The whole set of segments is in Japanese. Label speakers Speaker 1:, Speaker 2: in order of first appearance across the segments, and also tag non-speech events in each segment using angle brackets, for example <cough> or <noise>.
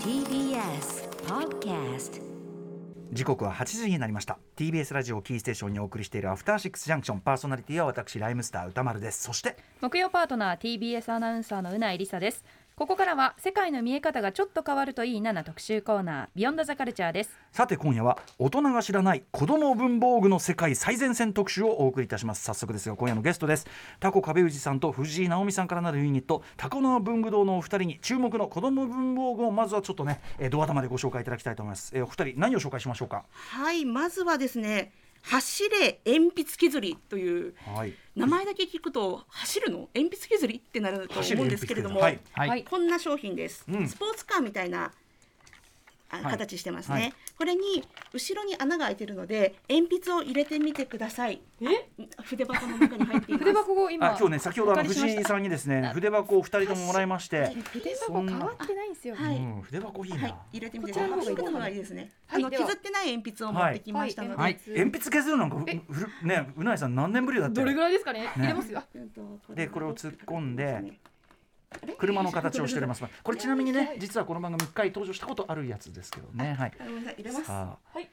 Speaker 1: TBS Podcast
Speaker 2: 時刻は8時になりました TBS ラジオキーステーションにお送りしているアフターシックスジャンクションパーソナリティは私ライムスター歌丸ですそして
Speaker 3: 木曜パートナー TBS アナウンサーのうないりさですここからは世界の見え方がちょっと変わるといいなな特集コーナービヨンドザカルチャーです
Speaker 2: さて今夜は大人が知らない子供文房具の世界最前線特集をお送りいたします早速ですが今夜のゲストですタコ壁氏さんと藤井直美さんからなるユニットタコナー文具堂のお二人に注目の子供文房具をまずはちょっとねえードア玉でご紹介いただきたいと思います、えーお二人何を紹介しましょうか
Speaker 4: はい、まずはですね。走れ鉛筆削りという
Speaker 2: はい
Speaker 4: 名前だけ聞くと走るの鉛筆削りってなると思うんですけれども、
Speaker 2: はい
Speaker 3: はい
Speaker 4: はいこんな商品です、
Speaker 2: うん
Speaker 4: スポーツカーみたいなあ
Speaker 2: はい
Speaker 4: 形してますね、
Speaker 2: はい
Speaker 4: これに後ろに穴が開いてるので鉛筆を入れてみてください
Speaker 3: え
Speaker 4: 筆箱の中に入っています
Speaker 3: 筆箱を今
Speaker 2: あ今日ね先ほどあの
Speaker 3: お借りし
Speaker 2: 藤
Speaker 3: まし
Speaker 2: 井
Speaker 3: た
Speaker 2: さんにですね筆箱を二人とももらいまして、
Speaker 3: 筆箱変わってないんですよ
Speaker 4: はい
Speaker 2: うん、筆箱いいな、
Speaker 4: はい、入れてみて
Speaker 3: こちらの方がいい
Speaker 4: くださいいいですね、
Speaker 3: はい
Speaker 4: あの
Speaker 3: では
Speaker 4: 削ってない鉛筆を持ってきましたので、
Speaker 3: はい
Speaker 2: はい、鉛筆削るなんかふ
Speaker 3: え
Speaker 2: ふるねうないさん何年ぶりだって
Speaker 3: どれぐらいですかね入れますよ
Speaker 4: うんとこ
Speaker 2: でこれを突っ込ん
Speaker 4: です
Speaker 2: で
Speaker 4: ね
Speaker 2: 車の形をしておりますこれちなみにね実はこの番組一回登場したことあるやつですけどねはい
Speaker 4: あごめんなさい入れます
Speaker 2: さあ、
Speaker 3: はい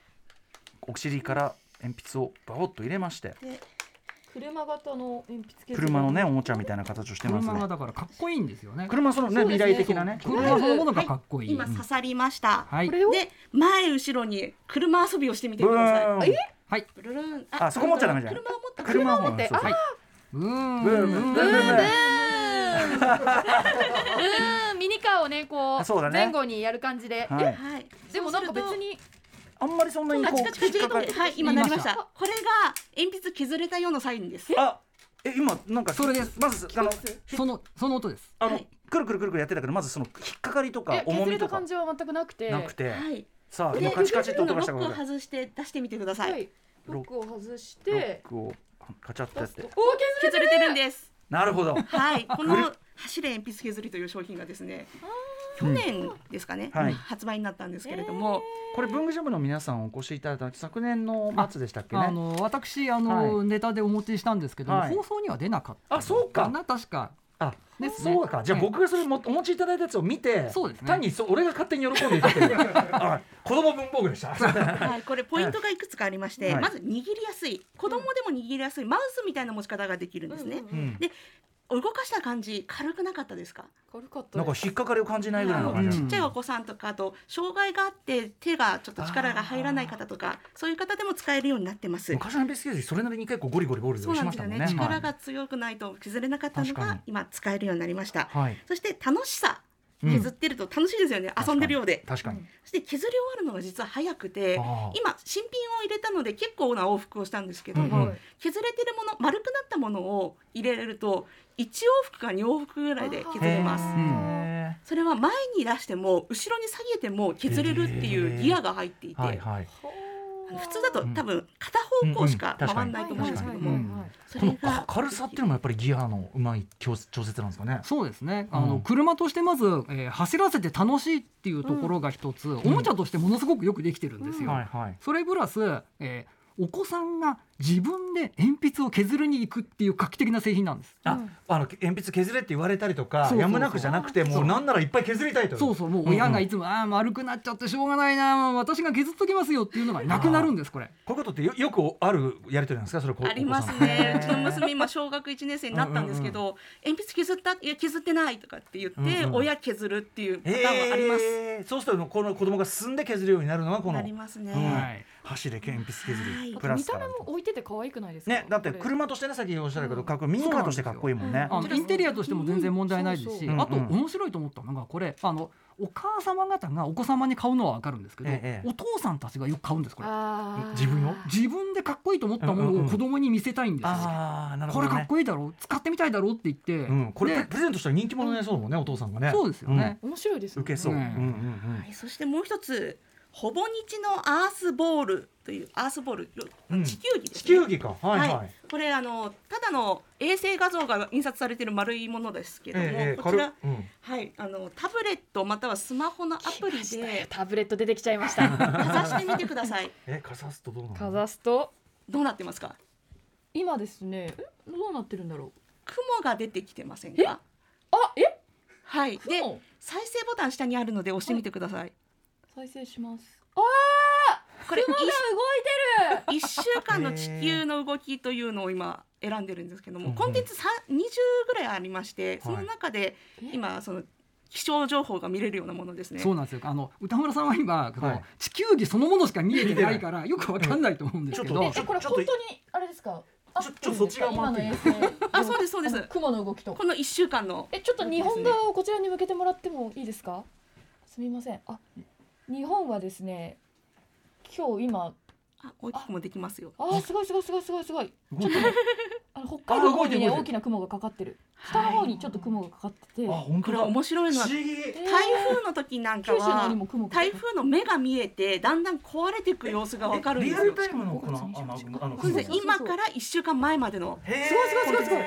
Speaker 2: お尻から鉛筆をバボッと入れまして
Speaker 3: 車型の鉛筆削り
Speaker 2: 車のねおもちゃみたいな形をしてます
Speaker 5: 車が
Speaker 2: ね
Speaker 5: だからかっこいいんですよね。
Speaker 2: 車そのね
Speaker 3: そうですね
Speaker 2: 未来的なね
Speaker 5: 車そのものがかっこいい。
Speaker 4: 今刺さりました、
Speaker 5: はい
Speaker 3: こ。れを
Speaker 4: で前後ろに車遊びをしてみて
Speaker 2: ブ
Speaker 4: ください
Speaker 2: ーン
Speaker 5: はい。
Speaker 4: ブルルン
Speaker 2: あそこ持っちゃダメじゃん
Speaker 4: 車を持った
Speaker 2: 車を
Speaker 3: 持って
Speaker 2: そうそう
Speaker 5: あうーん。
Speaker 2: ブーンブーンブーンブーン
Speaker 3: <laughs> うんミニカーをねこ
Speaker 2: あ
Speaker 3: う
Speaker 2: そうだね
Speaker 3: 前後にやる感じで、
Speaker 2: はい
Speaker 4: はい
Speaker 3: でもなんか別に
Speaker 2: あんまりそんなに
Speaker 4: あ
Speaker 2: こう
Speaker 4: 近づけ
Speaker 2: 引っかか
Speaker 4: と
Speaker 2: る
Speaker 4: はい今なりましたこれが鉛筆削れたようなサインです
Speaker 2: あえ今なんか
Speaker 5: それです
Speaker 2: まずあの
Speaker 5: そのその音です。
Speaker 2: あの、
Speaker 4: はい
Speaker 2: くるくるくるくるやってたけどまずその引っかかりとか
Speaker 3: え
Speaker 2: 重
Speaker 3: 削
Speaker 2: み
Speaker 3: れ
Speaker 2: と
Speaker 3: た
Speaker 2: か
Speaker 3: 感じは全くなくて
Speaker 2: なくて、
Speaker 4: はい
Speaker 2: さあ
Speaker 4: で
Speaker 2: 今カチカチって音がした
Speaker 4: ロ
Speaker 2: こ
Speaker 4: ッ
Speaker 2: と
Speaker 4: クを
Speaker 2: だ
Speaker 4: 外して出してみてください、
Speaker 3: はいロックを外し
Speaker 2: ロッ
Speaker 3: て
Speaker 2: クをカチャってやっ
Speaker 3: 出す
Speaker 2: て
Speaker 3: とお削れ
Speaker 4: 削れてるんです
Speaker 2: なるほど
Speaker 4: はいこ
Speaker 2: ぐ
Speaker 4: の
Speaker 2: る
Speaker 4: 走れ鉛筆削りという商品がですね去年ですかね、
Speaker 2: はい
Speaker 4: 発売になったんですけれども、
Speaker 2: これ文具ジャムの皆さんお越しいただいた昨年の末でしたっけ
Speaker 5: あ
Speaker 2: ね
Speaker 5: の私あの、ネタでお持ちしたんですけども、
Speaker 2: はい
Speaker 5: 放送には出なかった。
Speaker 2: あそうか
Speaker 5: な確か。
Speaker 2: あ
Speaker 5: ですね
Speaker 2: そうかじゃあ
Speaker 5: はい
Speaker 2: 僕がそれもお持ちいただいたやつを見て
Speaker 5: そうですね
Speaker 2: 単にそう俺が勝手に喜んでいたっていう
Speaker 4: <laughs>
Speaker 2: あ子供文房具でしたは
Speaker 4: はい、これポイントがいくつかありまして、
Speaker 2: はい
Speaker 4: まず握りやすい子供でも握りやすいマウスみたいな持ち方ができるんですね、 <laughs>
Speaker 3: うんうん
Speaker 2: うん
Speaker 4: で動かした感じ軽くなかったですか
Speaker 3: 軽かった
Speaker 2: なんか
Speaker 3: です
Speaker 2: 引っかかりを感じないぐらいの感じ、
Speaker 5: う
Speaker 4: ち
Speaker 5: ん
Speaker 4: っちゃいお子さんとかあと障害があって手がちょっと力が入らない方とかそういう方でも使えるようになってます。
Speaker 2: 昔の鉛筆削りそれなりに結構ゴリゴリゴリ
Speaker 4: そ
Speaker 2: ゴ
Speaker 4: う
Speaker 2: リ
Speaker 4: な
Speaker 2: し
Speaker 4: ん
Speaker 2: ました
Speaker 4: ですよ
Speaker 2: もん
Speaker 4: ね
Speaker 2: ね
Speaker 4: 力が強くないと削れなかったの
Speaker 2: 確かに
Speaker 4: が今使えるようになりました。
Speaker 2: はい、はい
Speaker 4: そして楽しさ
Speaker 2: うん
Speaker 4: 削ってると楽しいですよね、
Speaker 2: 確か
Speaker 4: 遊
Speaker 2: に
Speaker 4: んでるようで
Speaker 2: 確かに、
Speaker 4: そして削り終わるのが実は早くて
Speaker 2: あー
Speaker 4: 今新品を入れたので結構な往復をしたんですけど
Speaker 2: うん
Speaker 4: も、
Speaker 2: うん
Speaker 4: 削れてるもの丸くなったものを入れると1往復か2往復ぐらいで削れます
Speaker 3: へー。
Speaker 2: へ
Speaker 4: それは前に出しても後ろに下げても削れるっていうギアが入っていて、
Speaker 2: ーはいはい
Speaker 4: あの普通だと
Speaker 2: うん
Speaker 4: 多分片方向しか回らないと思うんですけど
Speaker 5: うんうん
Speaker 4: も、
Speaker 5: 確かに確
Speaker 2: この
Speaker 4: それが
Speaker 2: 軽さっていうのもやっぱりギアのうまい調調節なんですかね。
Speaker 5: そうですね。
Speaker 2: うん
Speaker 5: あの、車としてまず、えー走らせて楽しいっていうところが一つ、おもちゃとしてものすごくよくできてるんですよ。
Speaker 2: はいはい。
Speaker 5: それプラス、えーお子さんが自分で鉛筆を削りに行くっていう画期的な製品なんです。
Speaker 2: あ、あの鉛筆削れって言われたりとか
Speaker 5: そうそうそう
Speaker 2: やむなくじゃなくてもうなんならいっぱい削りたいという。
Speaker 5: そうそうもう親がいつも、ああー丸くなっちゃってしょうがないな私が削っときますよっていうのがなくなるんですこれ
Speaker 2: こういうことってよよくあるやりとりなんですかそれこう
Speaker 4: あります
Speaker 2: お子さん
Speaker 4: ね。うちの娘今小学1年生になったんですけど、鉛筆削ったいや削ってないとかって言って、
Speaker 2: うんうん
Speaker 4: 親削るっていうパタ
Speaker 2: へ
Speaker 4: ーンもあります。
Speaker 2: え。そうするとこの子供が進んで削るようになるのがこ
Speaker 4: あ
Speaker 2: の
Speaker 4: りますね。
Speaker 2: うん
Speaker 4: は
Speaker 5: はい
Speaker 2: 箸で鉛筆削
Speaker 4: い
Speaker 2: り
Speaker 3: あ
Speaker 2: プ
Speaker 3: と
Speaker 2: ラ
Speaker 3: 見
Speaker 2: スか
Speaker 3: た
Speaker 2: ら
Speaker 3: 目も置いてて可愛くないですか
Speaker 2: ねだって
Speaker 3: これ
Speaker 2: 車としてね先おっしゃるけど
Speaker 3: うん
Speaker 2: かっこいいミニカーとしてかっこいいもんね。
Speaker 4: こ
Speaker 5: あ
Speaker 4: ち
Speaker 5: の
Speaker 4: ら
Speaker 5: インテリアとしても全然問題ないですし、
Speaker 2: うんうん
Speaker 5: あと
Speaker 2: うん
Speaker 5: 面白いと思ったのがこれあのお母様方がお子様に買うのは分かるんですけど、
Speaker 2: ええ
Speaker 5: お父さんたちがよく買うんですこれ
Speaker 3: あー
Speaker 2: 自分を
Speaker 5: 自分でかっこいいと思った
Speaker 2: う
Speaker 5: も
Speaker 2: んうん
Speaker 5: の
Speaker 2: う
Speaker 5: を
Speaker 2: ん
Speaker 5: 子供に見せたいんですよ、
Speaker 2: ああなる
Speaker 5: こ
Speaker 2: ほ
Speaker 5: れ
Speaker 2: ど
Speaker 5: かっ
Speaker 2: ね。
Speaker 5: こいいだろう使ってみたいだろうって言って、
Speaker 2: うんこれプレ
Speaker 5: で
Speaker 2: プレゼントしたら人気者になりそうだもんねお父さんがね。
Speaker 5: そうですよね、
Speaker 3: 面白いです
Speaker 2: うん。受けそう。
Speaker 5: う
Speaker 2: うん
Speaker 5: ん
Speaker 2: うんうん。
Speaker 4: い、そしてもう一つ、ほぼ日のアースボールというアースボール、よ
Speaker 2: うん
Speaker 4: 地球儀ですね。
Speaker 2: 地球儀か。はいは。
Speaker 4: はいい、これあのただの衛星画像が印刷されている丸いものですけれども、こちら
Speaker 2: 軽、うん
Speaker 4: はい、あのタブレットまたはスマホのアプリで
Speaker 3: タブレット出てきちゃい
Speaker 2: <laughs>
Speaker 3: ました
Speaker 4: かざしてみてください。
Speaker 2: え、かざすとどうなの。
Speaker 3: かざすと
Speaker 4: どうなってますか？
Speaker 3: 今ですねえどうなってるんだろう
Speaker 4: 雲が出てきてませんか？
Speaker 3: あえ
Speaker 4: はい。で
Speaker 6: も
Speaker 4: 再生ボタン下にあるので押してみてください。
Speaker 6: 再生します。ああ、
Speaker 4: これ
Speaker 6: 雲が動いてる。
Speaker 4: 一週間の地球の動きというのを今選んでるんですけど
Speaker 2: うんう
Speaker 4: も、
Speaker 2: ん
Speaker 4: コンテンツさ20ぐらいありまして、その中で
Speaker 6: はいえ
Speaker 4: 今その気象情報が見れるようなものですね。
Speaker 5: そうなんですよあの歌村さんは今、こ
Speaker 2: は
Speaker 5: の
Speaker 2: い
Speaker 5: 地球儀そのものしか見えてな
Speaker 2: <laughs>
Speaker 5: いからよくわかんないと思うんですけど、
Speaker 2: ちょっと
Speaker 6: え、これ
Speaker 2: ちょっと
Speaker 6: 本当にあれですか。あ
Speaker 2: ちょちょっとそっち側
Speaker 6: 今
Speaker 2: 回っ
Speaker 6: の
Speaker 2: ていい
Speaker 6: 衛星。
Speaker 4: あそうですそうです
Speaker 6: あの雲の動きと
Speaker 4: こ。の一週間の
Speaker 6: え、ちょっと日本側をこちらに向けてもらってもいいですか。すみません。あ、日本はですね。今日今、
Speaker 4: あ大きくもできますよ。
Speaker 6: あー、すごいすごいすごいすごいすごい。
Speaker 2: 動いてる
Speaker 6: あの北海道の方にね
Speaker 2: あ動いて
Speaker 6: 大きな雲がかかってる。下の方にちょっと雲がかかってて。
Speaker 2: あ本
Speaker 4: こ
Speaker 2: 当
Speaker 4: れ
Speaker 2: だ
Speaker 4: 面白いのは
Speaker 2: 不思議
Speaker 6: えー
Speaker 4: 台風の時なんか
Speaker 6: 九州の方
Speaker 4: は
Speaker 6: にも雲がかかっ
Speaker 4: 台
Speaker 6: てる。
Speaker 4: 風の目が見えてだんだん壊れていく様子がわかるんで
Speaker 2: リア
Speaker 4: すよ
Speaker 2: ル。タイムのこの雨雲あの
Speaker 4: これです
Speaker 6: そう
Speaker 4: ね
Speaker 6: そう
Speaker 4: 今から一週間前までの
Speaker 2: へー
Speaker 6: すごいすごいすごいすごい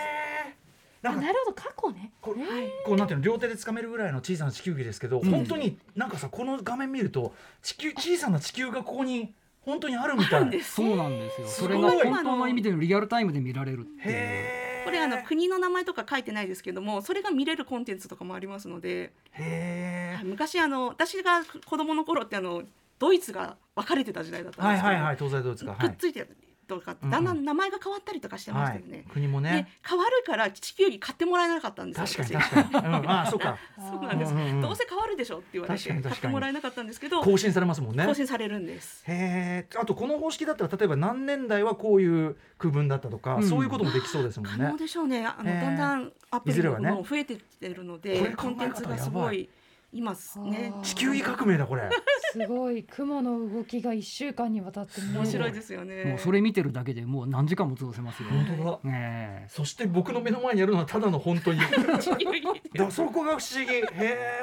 Speaker 2: な
Speaker 6: あ
Speaker 2: んか
Speaker 6: なるほど過去ね。
Speaker 2: これこうなんていうの両手で掴めるぐらいの小さな地球儀ですけど、
Speaker 5: ん
Speaker 2: 本当になんかさこの画面見ると地球小さな地球がここに本当にあるみたい。
Speaker 4: です。
Speaker 5: そうなんですよ。
Speaker 2: す
Speaker 5: そ
Speaker 2: ごい
Speaker 5: れが本当の意味でのリアルタイムで見られるっていう。
Speaker 2: へー
Speaker 4: これあの国の名前とか書いてないですけどもそれが見れるコンテンツとかもありますので
Speaker 2: へ
Speaker 4: 昔あの私が子供の頃ってあのドイツが分かれてた時代だっ
Speaker 2: ー
Speaker 4: たん
Speaker 2: はい
Speaker 4: ですけど、
Speaker 2: はいはい東西ドイツがは
Speaker 4: くっ
Speaker 2: い
Speaker 4: ついてとか
Speaker 2: うん
Speaker 4: だんだん名前が変わったりとかしてま
Speaker 2: は
Speaker 4: した
Speaker 2: い
Speaker 4: よね。
Speaker 2: 国もね
Speaker 4: で変わるから地球儀買ってもらえなかったんですよ
Speaker 2: 確かに
Speaker 4: 私
Speaker 2: 確かに、うん、ああそうか
Speaker 4: そうなんです、
Speaker 2: うんうんうん
Speaker 4: どうせ変わるでしょって言われ
Speaker 2: 確
Speaker 4: て
Speaker 2: かに
Speaker 4: 買
Speaker 2: 確かに
Speaker 4: ってもらえなかったんですけど
Speaker 2: 更新されますもんね
Speaker 4: 更。新されるんです
Speaker 2: へーあとこの方式だったら例えば何年代はこういう区分だったとか、
Speaker 5: うん
Speaker 2: そういうこともできそうですも
Speaker 4: 可
Speaker 2: んね
Speaker 4: 能。でしょうねあの
Speaker 2: えー
Speaker 4: だんだんアプ
Speaker 2: いず
Speaker 4: リ
Speaker 2: れ
Speaker 4: の
Speaker 2: は
Speaker 4: も
Speaker 2: ね
Speaker 4: のも増えてきてるので、
Speaker 2: これ考
Speaker 4: コ
Speaker 2: え
Speaker 4: ンテンツが
Speaker 2: 方や
Speaker 4: す
Speaker 2: ば
Speaker 4: ご
Speaker 2: い
Speaker 4: い今すね
Speaker 6: あー
Speaker 2: 地球儀革命だこれ。
Speaker 6: すごい雲の動きが一週間にわたって見える
Speaker 4: 面白いですよね
Speaker 5: もうそれ見てるだけでもう何時間も過ごせますよ。
Speaker 2: 本当だ。
Speaker 5: ね
Speaker 2: そして僕の目の前にあるのはただの本当に。
Speaker 4: 地球儀
Speaker 2: だからそこが不思議へ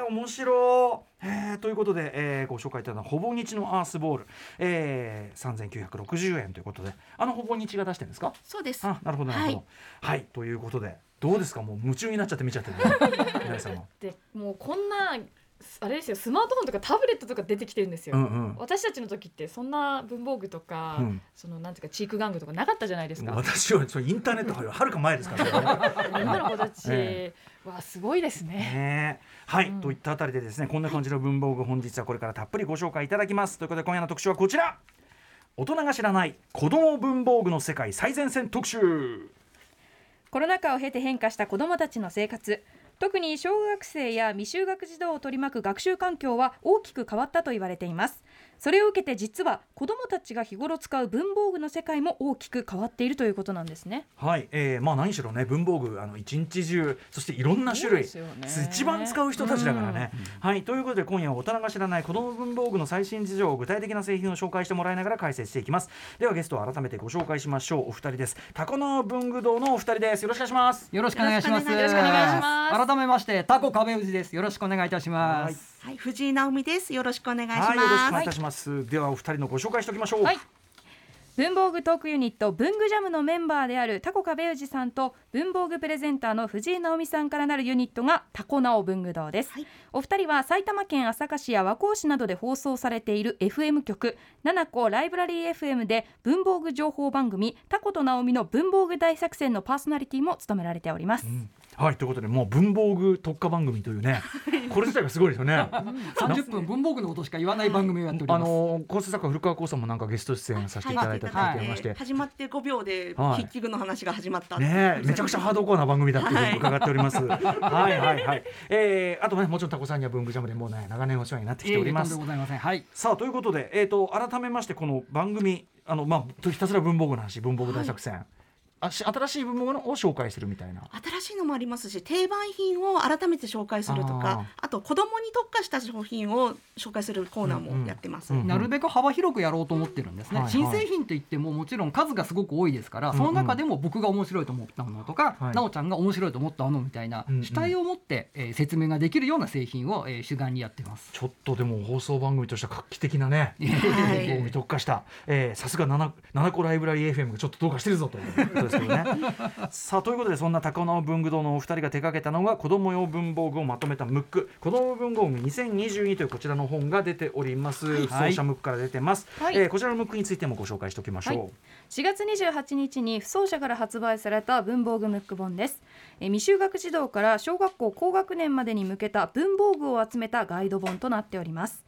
Speaker 2: え面白いへえということで、えーご紹介いただいたのはほぼ日のアースボール、えー、3960円ということであのほぼ日が出してるんですか
Speaker 4: <laughs> そうです
Speaker 2: あなるほどなるほどはい、ということでどうですかもう夢中になっちゃって見ちゃってる皆さんは
Speaker 6: でもうこんなあれですよスマートフォンとかタブレットとか出てきてるんですよ、
Speaker 2: うんうん
Speaker 6: 私たちの時ってそんな文房具とか、
Speaker 2: うん
Speaker 6: そのなんていうかチーク玩具とかなかったじゃないですか
Speaker 2: 私はそれインターネットははるか前ですからね
Speaker 3: <laughs>
Speaker 6: 今の子たち
Speaker 2: え
Speaker 6: はすごいですね、
Speaker 2: ねえはい、
Speaker 6: うん
Speaker 2: といったあたりでですねこんな感じの文房具本日はこれからたっぷりご紹介いただきますということで今夜の特集はこちら大人が知らない子供文房具の世界最前線特集
Speaker 3: コロナ禍を経て変化した子どもたちの生活特に小学生や未就学児童を取り巻く学習環境は大きく変わったと言われていますそれを受けて実は子どもたちが日頃使う文房具の世界も大きく変わっているということなんですね
Speaker 2: はい、えー、まあ何しろね文房具あの一日中そしていろんな種類、
Speaker 6: そうですよね
Speaker 2: 一番使う人たちだからね、はいということで今夜は大人が知らない子ども文房具の最新事情を具体的な製品を紹介してもらいながら解説していきますではゲストを改めてご紹介しましょうお二人です高輪文具堂のお二人ですよろしくお願いします
Speaker 5: えよろしくお願いします。
Speaker 4: よろしくお願いし
Speaker 6: ます
Speaker 5: 改めましてタコ壁氏です。よろしくお願いいたしま
Speaker 2: はい
Speaker 5: す。
Speaker 4: はい藤井直美ですよろしくお願いします、
Speaker 2: はいよろしくお願いいたします、ではお二人のご紹介しておきましょう、
Speaker 3: はい文房具トークユニット文具ジャムのメンバーであるタコ壁氏さんと文房具プレゼンターの藤井直美さんからなるユニットがタコナオ文具堂です、
Speaker 4: はい
Speaker 3: お二人は埼玉県朝霞市や和光市などで放送されている FM 局七子ライブラリー FM で文房具情報番組タコとナオミの文房具大作戦のパーソナリティも務められております、
Speaker 2: うんはいということでもう文房具特化番組というねこれ自体がすごいですよね
Speaker 5: 三十分文房具のことしか言わない番組をやっており
Speaker 2: あ
Speaker 5: ます。
Speaker 2: のー、構成作家古川光さんもなんかゲスト出演させていただいた
Speaker 5: は
Speaker 2: 経験
Speaker 5: い
Speaker 2: まして、
Speaker 4: 始まって5秒で
Speaker 2: はい
Speaker 4: 筆記具の話が始まった、
Speaker 2: ねえめちゃくちゃハードコアな番組だっていうふうに伺っております。はい、はい、はいはいえーあとね、もちろんタコさんには文具ジャムでもうね、長年お世話になってきておりま
Speaker 5: ええ
Speaker 2: す
Speaker 5: とんで。ございません。はい。
Speaker 2: さあ、ということで、えっ、と、改めまして、この番組、あの、まあ、ひたすら文房具の話、文房具大作戦。あし新しい文房具のを紹介するみたいな。
Speaker 4: 新しいのもありますし定番品を改めて紹介するとかあと子供に特化した商品を紹介するコーナーもやってます、
Speaker 2: うんうんうん
Speaker 5: なるべく幅広くやろうと思ってるんです
Speaker 2: は
Speaker 5: ね、
Speaker 2: いはい
Speaker 5: 新製品といってももちろん数がすごく多いですから、
Speaker 2: うんうん
Speaker 5: その中でも僕が面白いと思ったものとか、
Speaker 2: はい
Speaker 5: なおちゃんが面白いと思ったものみたいな
Speaker 2: うんうん
Speaker 5: 主体を持って、えー説明ができるような製品を、えー主眼にやってます。
Speaker 2: ちょっとでも放送番組としては画期的なね。
Speaker 4: は
Speaker 2: 文房具に
Speaker 4: い
Speaker 5: <laughs>
Speaker 2: 特化した、えーさすが七七個ライブラリー FM がちょっとどうかしてるぞということですですけどね。さあということでそんな高輪文具堂のお二人が手掛けたのが子供用文房具をまとめたムック子供文房具2022というこちらの本が出ております。
Speaker 5: い
Speaker 2: 奏者ムックから出てます、
Speaker 3: はい
Speaker 2: えーこちらのムックについてもご紹介しておきましょう。
Speaker 3: はい4月28日に不走者から発売された文房具ムック本ですえー未就学児童から小学校高学年までに向けた文房具を集めたガイド本となっております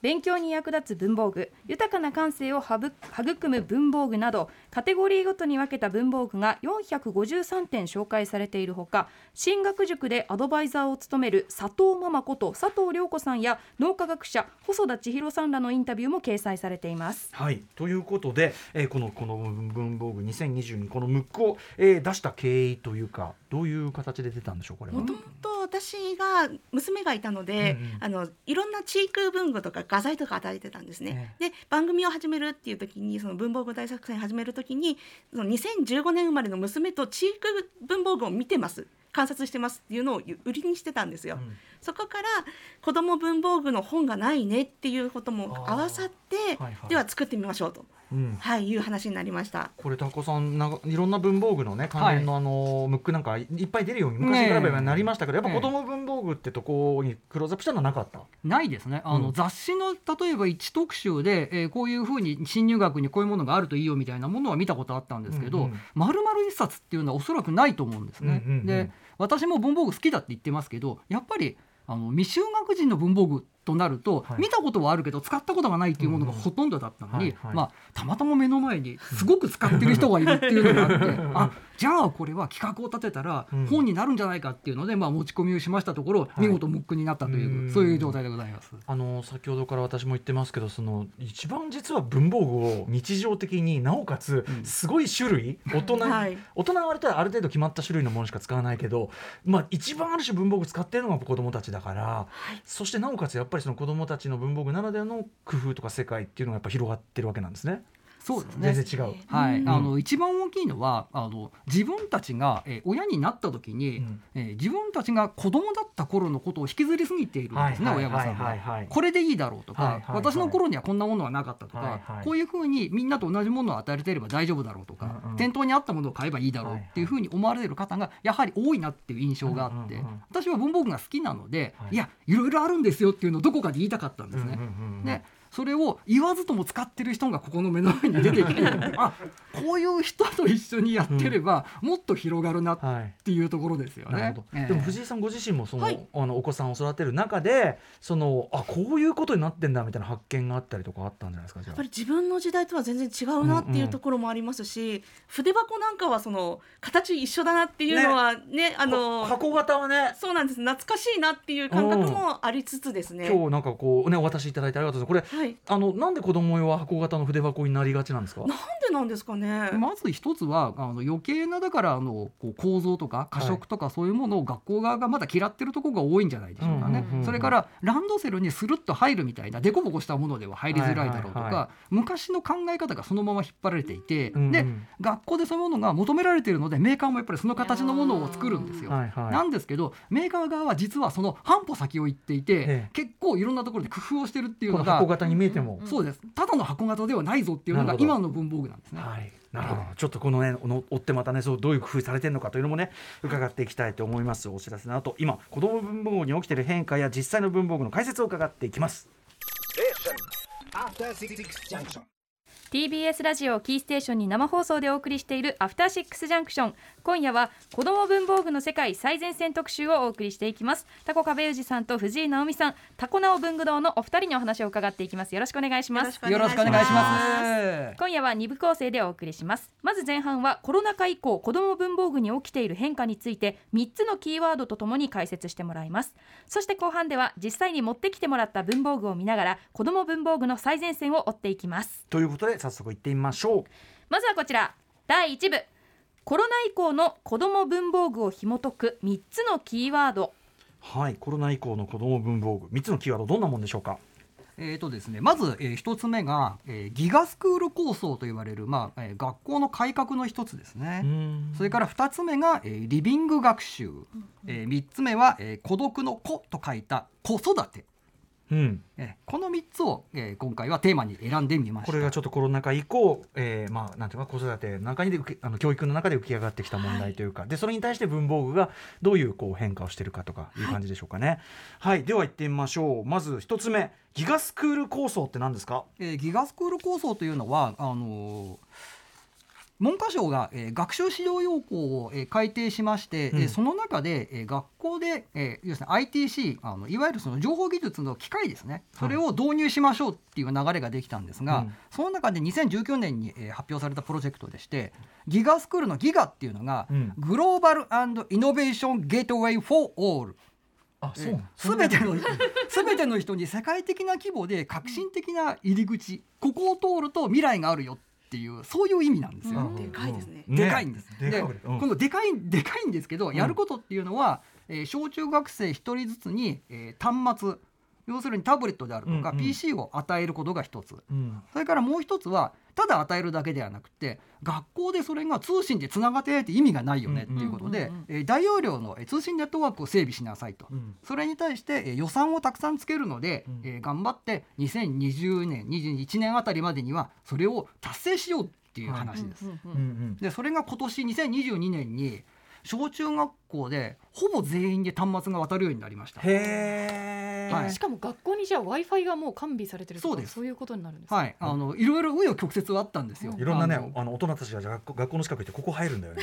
Speaker 3: 勉強に役立つ文房具豊かな感性をはぶ育む文房具などカテゴリーごとに分けた文房具が453点紹介されているほか進学塾でアドバイザーを務める佐藤ママこと佐藤涼子さんや脳科学者細田千尋さんらのインタビューも掲載されています
Speaker 2: はい、ということで、えーこのこの文房具2022このムックを、えー出した経緯というかどういう形で出たんでしょうこれは
Speaker 4: も。ともと私が娘がいたので、
Speaker 2: うんうん
Speaker 4: あのいろんな地域文具とか画材とか与えてたんですね。で番組を始めるっていう時にその文房具大作戦始める時にその2015年生まれの娘と地域文房具を見てます観察してますっていうのを売りにしてたんですよ。
Speaker 2: うん
Speaker 4: そこから子ども文房具の本がないねっていうことも合わさって、
Speaker 2: あーはいはい
Speaker 4: では作ってみましょうと、
Speaker 2: うん
Speaker 4: はい、いう話になりました。
Speaker 2: これタコさんなんかいろんな文房具のね関連のあの、ムックなんかいいっぱい出るように昔に比べればなりましたけど、やっぱ子供文房具ってとこにクローズアップしたのはなかった。
Speaker 5: ないですねあの、
Speaker 2: うん
Speaker 5: 雑誌の例えば一特集で、えーこういうふうに新入学にこういうものがあるといいよみたいなものは見たことあったんですけ
Speaker 2: うんう
Speaker 5: ど
Speaker 2: ん
Speaker 5: 丸々一冊っていうのはおそらくないと思うんですね。
Speaker 2: うんうんうん
Speaker 5: で私も文房具好きだって言ってますけどやっぱりあの未就学児の文房具となると、
Speaker 2: はい
Speaker 5: 見たことはあるけど使ったことがないっていうものがほとんどだったのに、
Speaker 2: うんうんはいはい
Speaker 5: まあ、たまたま目の前にすごく使ってる人がいるっていうのがあって
Speaker 2: <laughs>
Speaker 5: あじゃあこれは企画を立てたら
Speaker 2: うん
Speaker 5: 本になるんじゃないかっていうので、まあ、持ち込みをしましたところ、
Speaker 2: い
Speaker 5: 見事ムックになったという、
Speaker 2: うん
Speaker 5: そういう状態でございます。
Speaker 2: あの先ほどから私も言ってますけどその一番実は文房具を日常的になおかつ
Speaker 5: うん
Speaker 2: すごい種類、大人、
Speaker 4: はい
Speaker 2: 大人は割とある程度決まった種類のものしか使わないけど、まあ、一番ある種文房具使ってるのが子どもたちだから、そしてなおかつやっぱりその子どもたちの文房具ならではの工夫とか世界っていうのがやっぱ広がってるわけなんですね。
Speaker 5: そうです
Speaker 2: 全
Speaker 5: ね
Speaker 2: 然違う。
Speaker 5: はい、
Speaker 2: うん
Speaker 5: あの一番大きいのはあの自分たちが、えー親になった時に、
Speaker 2: うん
Speaker 5: えー自分たちが子供だった頃のことを引きずりすぎているんですね、親御さんが。
Speaker 2: はい
Speaker 5: これでいいだろうとか、
Speaker 2: はいはいはい
Speaker 5: 私の頃にはこんなものはなかったとか、
Speaker 2: はいはい
Speaker 5: こういうふうにみんなと同じものを与えれてれば大丈夫だろうとか、
Speaker 2: うんうん
Speaker 5: 店頭にあったものを買えばいいだろうっていうふうに思われてる方がやはり多いなっていう印象があって、
Speaker 2: うんうんうん
Speaker 5: 私は文房具が好きなので、
Speaker 2: はい
Speaker 5: い、やいろいろあるんですよっていうのをどこかで言いたかったんですね。
Speaker 2: うんうんうんうん
Speaker 5: でそれを言わずとも使ってる人がここの目の前に出てきて
Speaker 2: <laughs>
Speaker 5: あこういう人と一緒にやってれば、もっと広がるなっ
Speaker 2: はい
Speaker 5: ていうところですよね。
Speaker 2: なるほど
Speaker 5: ええ
Speaker 2: でも藤井さんご自身もその、
Speaker 4: はい
Speaker 2: あのお子さんを育てる中でそのあこういうことになってんだみたいな発見があったりとかあったんじゃないですかじゃ
Speaker 4: やっ
Speaker 2: あ
Speaker 4: ぱり自分の時代とは全然違うなっていうところもありますし、筆箱なんかはその形一緒だなっていうのはねあの
Speaker 2: 箱型はね
Speaker 4: そうなんです懐かしいなっていう感覚もありつつですね。
Speaker 2: 今日なんかこうねお渡しいただいてありがとうございますこれ
Speaker 4: はい、
Speaker 2: あのなんで子供用は箱型の筆箱になりがちなんですか
Speaker 4: なんでなんですかね。
Speaker 5: まず一つはあの余計なだからあのこう構造とか過食とかそういうものを学校側がまだ嫌ってるところが多いんじゃないでしょうかね、
Speaker 2: うんうんうん
Speaker 5: それからランドセルにスルッと入るみたいな凸凹したものでは入りづらいだろうとか、
Speaker 2: はいはいは
Speaker 5: 昔の考え方がそのまま引っ張られていて、
Speaker 2: うんうん
Speaker 5: で学校でそういうものが求められているのでメーカーもやっぱりその形のものを作るんですよ。
Speaker 2: はいはい
Speaker 5: なんですけどメーカー側は実はその半歩先を行っていて、
Speaker 2: え
Speaker 5: 結構いろんなところで工夫をしてるっていう
Speaker 2: こ
Speaker 5: の
Speaker 2: の
Speaker 5: が
Speaker 2: 箱型に見えても、
Speaker 5: そうですただの箱型ではないぞっていうの
Speaker 2: なるほ
Speaker 5: が
Speaker 2: ど
Speaker 5: 今の文房具なんですね。
Speaker 2: はい、なるほど、ちょっとこのね、おの追ってまたね、そうどういう工夫されてるのかというのもね、伺っていきたいと思います。お知らせの後、今、子供文房具に起きている変化や実際の文房具の解説を伺っていきます。
Speaker 7: After Six Junction.
Speaker 3: TBS ラジオをキーステーションに生放送でお送りしている「アフターシックスジャンクション」今夜は子ども文房具の世界最前線特集をお送りしていきますタコ壁氏さんと藤井直美さんタコナオ文具堂のお二人にお話を伺っていきますよろしくお願いします
Speaker 5: よろしくお願いします。
Speaker 3: 今夜は2部構成でお送りしますまず前半はコロナ禍以降子ども文房具に起きている変化について3つのキーワードとともに解説してもらいますそして後半では実際に持ってきてもらった文房具を見ながら子ども文房具の最前線を追っていきます
Speaker 2: ということで、早速行ってみましょう。
Speaker 3: まずはこちら第1部コロナ以降の子ども文房具を紐解く3つのキーワード
Speaker 2: はい、コロナ以降の子供文房具、三つのキーワード、どんなもんでしょうか。
Speaker 5: えーとですね、まず、えー一つ目が、えーギガスクール構想と言われる、まあえー学校の改革の一つですね。それから二つ目が、えーリビング学習、えー三つ目は、えー孤独の子と書いた子育て、
Speaker 2: うん、
Speaker 5: えーこの3つを、えー今回はテーマに選んでみました
Speaker 2: これがちょっとコロナ禍以降、えーまあ、なんていうか子育ての中にで受けあの教育の中で浮き上がってきた問題というか、でそれに対して文房具がどういうこう変化をしているかとかいう感じでしょうかね。はい、では行ってみましょうまず一つ目ギガスクール構想って何ですか
Speaker 5: えーギガスクール構想というのはあのー文科省が、えー学習指導要項を、えー改定しまして、
Speaker 2: うん
Speaker 5: えーその中で、えー学校で、えー要するに ITC あのいわゆるその情報技術の機械ですねそれを導入しましょうっていう流れができたんですが、
Speaker 2: うん
Speaker 5: その中で2019年に、えー発表されたプロジェクトでしてギガスクールのギガっていうのが、
Speaker 2: うん
Speaker 5: グローバルイノベーション・ゲートウェイ・フォー・オール
Speaker 2: あ
Speaker 5: すべてのすべての人に世界的な規模で革新的な入り口ここを通ると未来があるよっていうそういう意味なんですよ。
Speaker 4: でかいですね
Speaker 5: でかいんです。
Speaker 2: でかい
Speaker 5: で、
Speaker 2: これうん
Speaker 5: このでかいでかいんですけど、
Speaker 2: ん
Speaker 5: やることっていうのは、えー小中学生一人ずつに、えー端末要するにタブレットであるとか、
Speaker 2: うんうん
Speaker 5: PC を与えることが一つ。
Speaker 2: うん
Speaker 5: それからもう一つはただ与えるだけではなくて学校でそれが通信でつながってないって意味がないよねっていうこと
Speaker 6: うん
Speaker 5: で、
Speaker 6: うんうん
Speaker 5: えー大容量のえー通信ネットワークを整備しなさいと、
Speaker 2: うん
Speaker 5: それに対してえー予算をたくさんつけるので、
Speaker 2: うん
Speaker 5: えー頑張って2020年21年あたりまでにはそれを達成しようっていう話です。
Speaker 2: うんうん
Speaker 5: でそれが今年2022年に小中学校でほぼ全員で端末が渡るようになりました。
Speaker 2: へー
Speaker 5: はい
Speaker 6: しかも学校にじゃあ Wi-Fi がもう完備されてるとか
Speaker 5: そうです
Speaker 6: そういうことになるんですか。
Speaker 5: はい、あのいろいろ紆余曲折はあったんですよ。
Speaker 2: いろんなね
Speaker 5: あの
Speaker 2: あの大人たちが学校学校の近く行ってここ入るんだよね。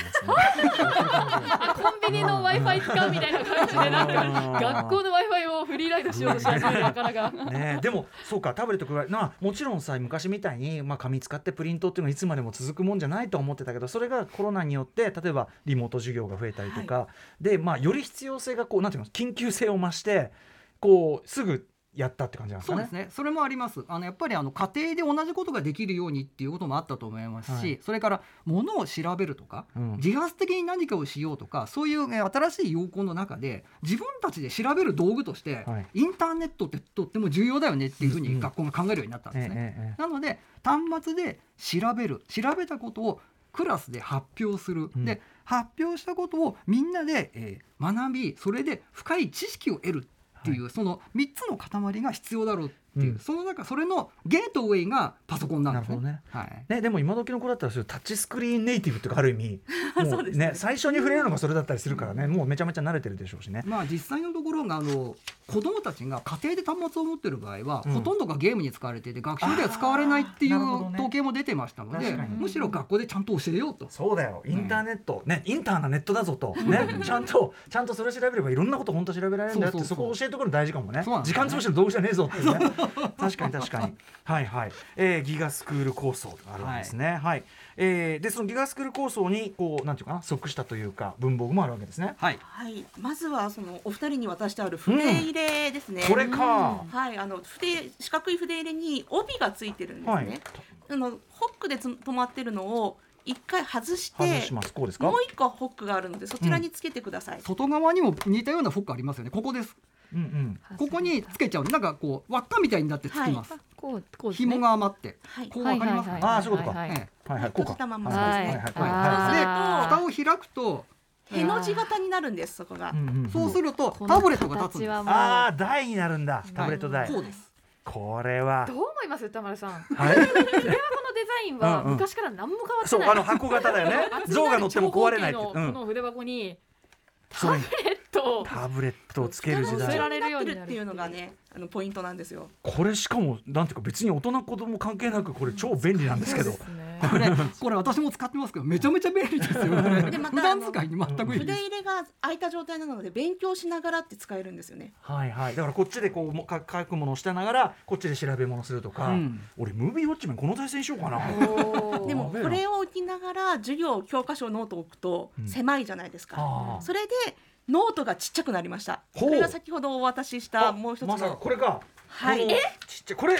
Speaker 6: あコンビニの Wi-Fi 使うみたいな感じでなん
Speaker 5: <laughs>
Speaker 6: か学校の Wi-Fi をフリーライドしようとし始めるなかな
Speaker 3: <laughs>
Speaker 6: か。
Speaker 5: <laughs>
Speaker 2: ねえ、でもそうかタブレットくらいなもちろんさ昔みたいに、まあ、紙使ってプリントっていうのはいつまでも続くもんじゃないと思ってたけどそれがコロナによって例えばリモート授業が増えたりとか、で、まあ、より必要性がこうなんていうの緊急性を増してこうすぐやったって感じなんです
Speaker 5: そう
Speaker 2: か
Speaker 5: で
Speaker 2: ね
Speaker 5: す。ね。それもあります。あのやっぱりあの家庭で同じことができるようにっていうこともあったと思いますし、
Speaker 2: はい
Speaker 5: それから物を調べるとか、
Speaker 2: うん
Speaker 5: 自発的に何かをしようとか、そういうね新しい要項の中で自分たちで調べる道具として、
Speaker 2: はい
Speaker 5: インターネットってとっても重要だよねっていうふう
Speaker 2: うんう
Speaker 5: に
Speaker 2: ん
Speaker 5: 学校が考えるようになったんですね。
Speaker 2: えええ
Speaker 5: なので端末で調べる調べたことをクラスで発表する、
Speaker 2: うん
Speaker 5: で発表したことをみんなで、えー学びそれで深い知識を得るっていう、その3つの塊が必要だろうっていう、
Speaker 2: うん
Speaker 5: その中それのゲートウェイがパソコンなんですね。
Speaker 2: なる
Speaker 5: はい
Speaker 2: えね、でも今時の子だったらそういうタッチスクリーンネイティブとかある意
Speaker 5: <laughs>
Speaker 2: 味もうね最初に触れるのがそれだったりするからねもうめちゃめちゃ慣れてるでしょうしね。
Speaker 5: まあ、実際のところがあの子どもたちが家庭で端末を持ってる場合は、
Speaker 2: うん
Speaker 5: ほとんどがゲームに使われていて学習では使われないってい
Speaker 2: あ
Speaker 5: う
Speaker 2: ーなるほどね
Speaker 5: 統計も出てましたので、
Speaker 2: 確かに
Speaker 5: むしろ学校でちゃんと教えようと
Speaker 2: そうだよインターネット、ねインターなネットだぞと、ね、ちゃんとちゃんとそれ調べればいろんなこと本当調べられるんだよってそう
Speaker 5: そそうそう
Speaker 2: こを教えてくるの大事かもね
Speaker 5: そうなんだ
Speaker 2: 時
Speaker 5: よね
Speaker 2: 間潰しの道具じゃねえぞっていうね確かに確かにはいはい、えーギガスクール構想があるんですねはい、えーでそのギガスクール構想にこうなんていうかな即したというか文房具もあるわけですね
Speaker 5: はい、
Speaker 4: はい、まずはそのお二人に渡してある筆入れですね。
Speaker 2: これか、
Speaker 4: はい、あの筆四角い筆入れに帯がついてるんですね。
Speaker 2: はい
Speaker 4: あのホックでつ止まってるのを一回外して、
Speaker 2: 外しますこうですか
Speaker 4: もう一個ホックがあるのでそちらにつけてください。
Speaker 5: 外側にも似たようなフォックありますよねここです
Speaker 2: うんうん
Speaker 5: ここにつけちゃうなんかこう輪っかみたいになってつきます、
Speaker 6: こうこうですね
Speaker 5: 紐が余って
Speaker 4: はい。
Speaker 5: こう分かりますか、
Speaker 2: いあーそういうことか
Speaker 6: は
Speaker 5: え
Speaker 2: はいはいこう
Speaker 4: 閉
Speaker 2: か
Speaker 4: じたまま
Speaker 2: はいは
Speaker 4: そうで
Speaker 2: い
Speaker 4: すね
Speaker 2: はい
Speaker 5: え
Speaker 2: は
Speaker 5: で
Speaker 4: あ
Speaker 5: 蓋を開くと
Speaker 4: への字型になるんですそこ
Speaker 2: い
Speaker 4: が。
Speaker 2: うんうんうん
Speaker 5: そうすると
Speaker 6: この
Speaker 5: タブレットが立つ
Speaker 6: 形
Speaker 5: んです
Speaker 6: はもう
Speaker 2: ああ台になるんだタブレット台、
Speaker 5: こうです
Speaker 2: これは
Speaker 6: どう思います歌丸さん。こ
Speaker 2: はい
Speaker 6: のデザイン
Speaker 2: う
Speaker 6: は
Speaker 2: んうん
Speaker 6: 昔から何も変わっ
Speaker 3: <laughs>
Speaker 6: て
Speaker 2: そう
Speaker 6: ない。
Speaker 2: あの箱型だよね象が乗っても壊れないって
Speaker 6: こ
Speaker 2: うん
Speaker 6: の筆箱に
Speaker 2: それに
Speaker 6: ペットを
Speaker 2: タブレットをつける時
Speaker 6: 使
Speaker 2: 代
Speaker 6: う
Speaker 4: られるようになるっていうのがねあのポイントなんですよ。
Speaker 2: これしかもなんていうか別に大人子供関係なくこれ超便利なんですけど
Speaker 6: そうですね
Speaker 5: これこれ私も使ってますけどめちゃめちゃ便利ですよね
Speaker 4: でまた
Speaker 5: 普段使いに全くいい
Speaker 4: 筆
Speaker 5: です
Speaker 4: 入れが開いた状態なので勉強しながらって使えるんですよね。
Speaker 2: はいはいだからこっちでこうもか書くものをしてながらこっちで調べ物するとか、
Speaker 5: うん
Speaker 2: 俺ムービーウォッチメンこの体勢にしようかな
Speaker 4: でも
Speaker 2: 危ない
Speaker 4: これを置きながら授業教科書ノートを置くと
Speaker 2: うん
Speaker 4: 狭いじゃないですか、
Speaker 2: ああ
Speaker 4: それでノートがちっちゃくなりました
Speaker 2: ほう
Speaker 4: これが先ほどお渡しし
Speaker 2: あ
Speaker 4: たもう一つの、
Speaker 2: まさかこれか
Speaker 4: は
Speaker 2: こ
Speaker 4: い
Speaker 2: のちっちゃいこれ